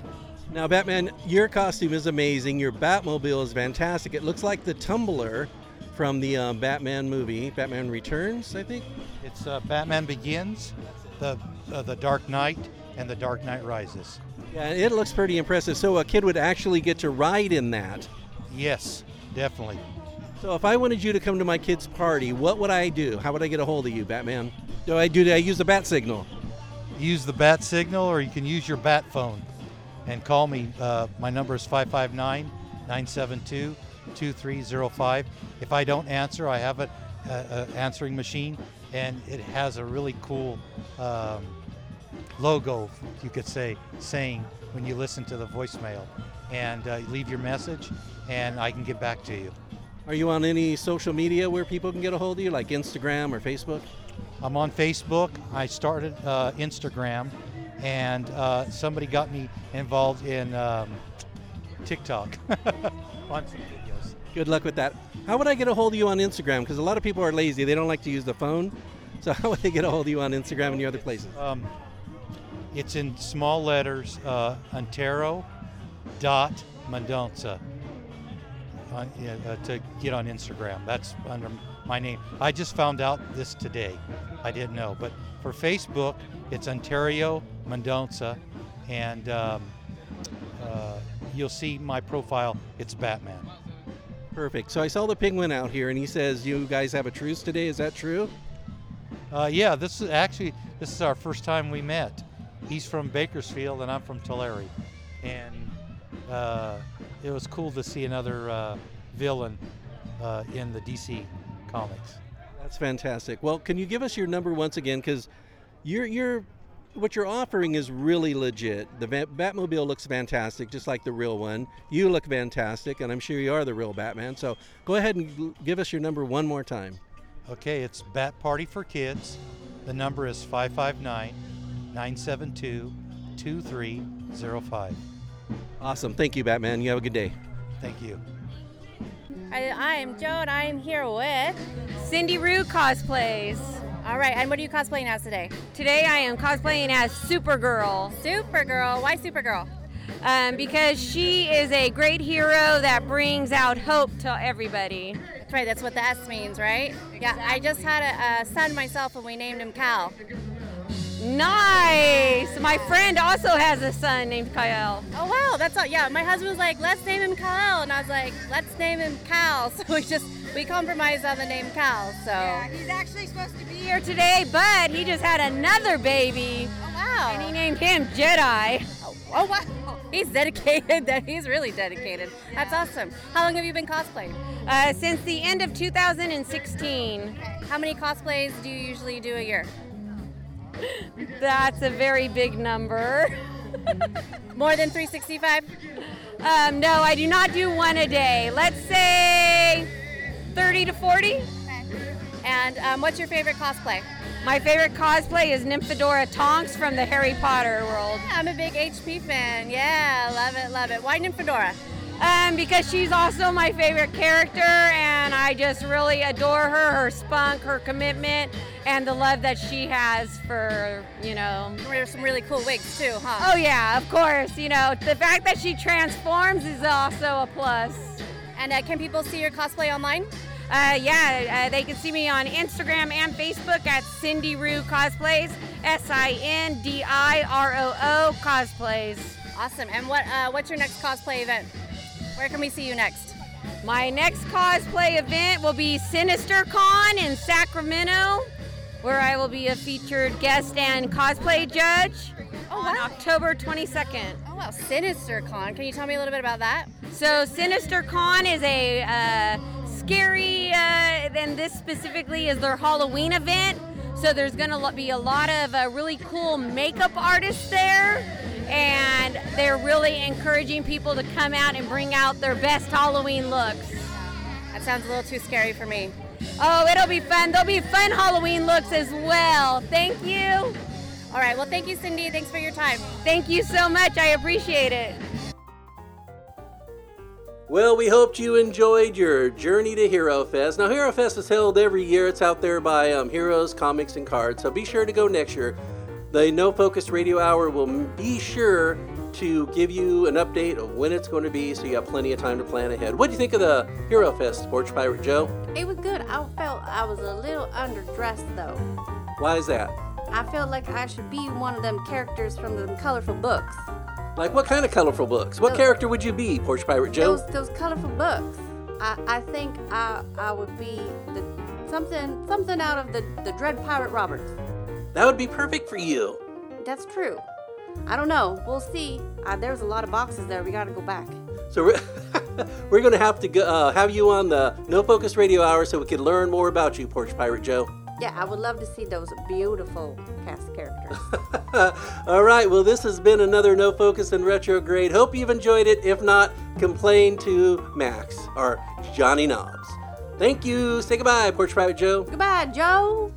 Speaker 2: Now, Batman, your costume is amazing. Your Batmobile is fantastic. It looks like the tumbler from the uh, Batman movie, Batman Returns, I think.
Speaker 28: It's uh, Batman Begins, the uh, the Dark Knight, and the Dark Knight Rises.
Speaker 2: Yeah, it looks pretty impressive. So, a kid would actually get to ride in that.
Speaker 28: Yes, definitely.
Speaker 2: So, if I wanted you to come to my kid's party, what would I do? How would I get a hold of you, Batman? Do I do? I use the bat signal?
Speaker 28: Use the bat signal, or you can use your bat phone and call me. Uh, my number is 559 972 2305. If I don't answer, I have a, a, a answering machine, and it has a really cool um, logo, you could say, saying when you listen to the voicemail. And uh, leave your message, and I can get back to you.
Speaker 2: Are you on any social media where people can get a hold of you, like Instagram or Facebook?
Speaker 28: I'm on Facebook. I started uh, Instagram, and uh, somebody got me involved in um, TikTok on some videos.
Speaker 2: Good luck with that. How would I get a hold of you on Instagram? Because a lot of people are lazy; they don't like to use the phone. So, how would they get a hold of you on Instagram and your other places?
Speaker 28: Um, it's in small letters, uh, Antero dot Mendonca. On, yeah, uh, to get on Instagram, that's under my name. I just found out this today. I didn't know, but for Facebook, it's Ontario Mendonca, and um, uh, you'll see my profile. It's Batman.
Speaker 2: Perfect. So I saw the penguin out here, and he says, "You guys have a truce today. Is that true?"
Speaker 28: Uh, yeah, this is actually this is our first time we met. He's from Bakersfield and I'm from Tulare, and uh, it was cool to see another uh, villain uh, in the DC comics.
Speaker 2: That's fantastic. Well, can you give us your number once again? Because you're you're what you're offering is really legit. The Va- Batmobile looks fantastic, just like the real one. You look fantastic, and I'm sure you are the real Batman. So go ahead and l- give us your number one more time.
Speaker 28: Okay, it's Bat Party for Kids. The number is 559 972 2305.
Speaker 2: Awesome. Thank you, Batman. You have a good day.
Speaker 28: Thank you.
Speaker 6: I, I am Joe, and I am here with Cindy Rue cosplays. All right, and what are you cosplaying as today?
Speaker 13: Today I am cosplaying as Supergirl.
Speaker 6: Supergirl. Why Supergirl?
Speaker 13: Um, because she is a great hero that brings out hope to everybody.
Speaker 6: That's right. That's what the S means, right? Yeah. I just had a, a son myself, and we named him Cal.
Speaker 13: Nice! My friend also has a son named Kyle.
Speaker 6: Oh wow, that's all. Yeah, my husband was like, "Let's name him Kyle," and I was like, "Let's name him Cal." So we just we compromised on the name Cal. So
Speaker 13: Yeah, he's actually supposed to be here today, but he just had another baby. Oh,
Speaker 6: wow.
Speaker 13: And he named him Jedi.
Speaker 6: oh wow, he's dedicated. That he's really dedicated. That's awesome. How long have you been cosplaying?
Speaker 13: Uh, since the end of 2016.
Speaker 6: How many cosplays do you usually do a year?
Speaker 13: That's a very big number.
Speaker 6: More than 365?
Speaker 13: Um, no, I do not do one a day. Let's say 30 to 40.
Speaker 6: And um, what's your favorite cosplay?
Speaker 13: My favorite cosplay is Nymphadora Tonks from the Harry Potter world.
Speaker 6: Yeah, I'm a big HP fan. Yeah, love it, love it. Why Nymphadora?
Speaker 13: Um, because she's also my favorite character, and I just really adore her, her spunk, her commitment, and the love that she has for, you know.
Speaker 6: There's some really cool wigs too, huh?
Speaker 13: Oh, yeah, of course. You know, the fact that she transforms is also a plus.
Speaker 6: And uh, can people see your cosplay online?
Speaker 13: Uh, yeah, uh, they can see me on Instagram and Facebook at Cindy Roo Cosplays, S I N D I R O O Cosplays.
Speaker 6: Awesome. And what uh, what's your next cosplay event? Where can we see you next?
Speaker 13: My next cosplay event will be Sinister Con in Sacramento, where I will be a featured guest and cosplay judge on October 22nd.
Speaker 6: Oh wow, Sinister Con. Can you tell me a little bit about that?
Speaker 13: So Sinister Con is a uh, scary, uh, and this specifically is their Halloween event. So there's going to be a lot of uh, really cool makeup artists there, and they're really encouraging people to come out and bring out their best Halloween looks.
Speaker 6: That sounds a little too scary for me.
Speaker 13: Oh, it'll be fun. There'll be fun Halloween looks as well. Thank you.
Speaker 6: All right, well, thank you, Cindy. Thanks for your time.
Speaker 13: Thank you so much. I appreciate it.
Speaker 2: Well, we hoped you enjoyed your journey to Hero Fest. Now, Hero Fest is held every year. It's out there by um, Heroes Comics and Cards, so be sure to go next year. The No Focus Radio Hour will m- be sure to give you an update of when it's going to be, so you have plenty of time to plan ahead. What do you think of the Hero Fest, Sports Pirate Joe?
Speaker 16: It was good. I felt I was a little underdressed though.
Speaker 2: Why is that?
Speaker 16: I felt like I should be one of them characters from the colorful books.
Speaker 2: Like, what kind of colorful books? What
Speaker 16: Those-
Speaker 2: character would you be, Porch Pirate Joe?
Speaker 16: Those those colorful books. I, I think I I would be the something something out of the, the Dread Pirate Roberts.
Speaker 2: That would be perfect for you.
Speaker 16: That's true. I don't know. We'll see. Uh, there was a lot of boxes there. We gotta go back.
Speaker 2: So we're, we're going to have to go, uh, have you on the No Focus Radio Hour so we can learn more about you, Porch Pirate Joe.
Speaker 16: Yeah, I would love to see those beautiful cast characters.
Speaker 2: All right, well, this has been another No Focus and Retrograde. Hope you've enjoyed it. If not, complain to Max or Johnny Knobs. Thank you. Say goodbye, Porch Pirate Joe.
Speaker 16: Goodbye, Joe.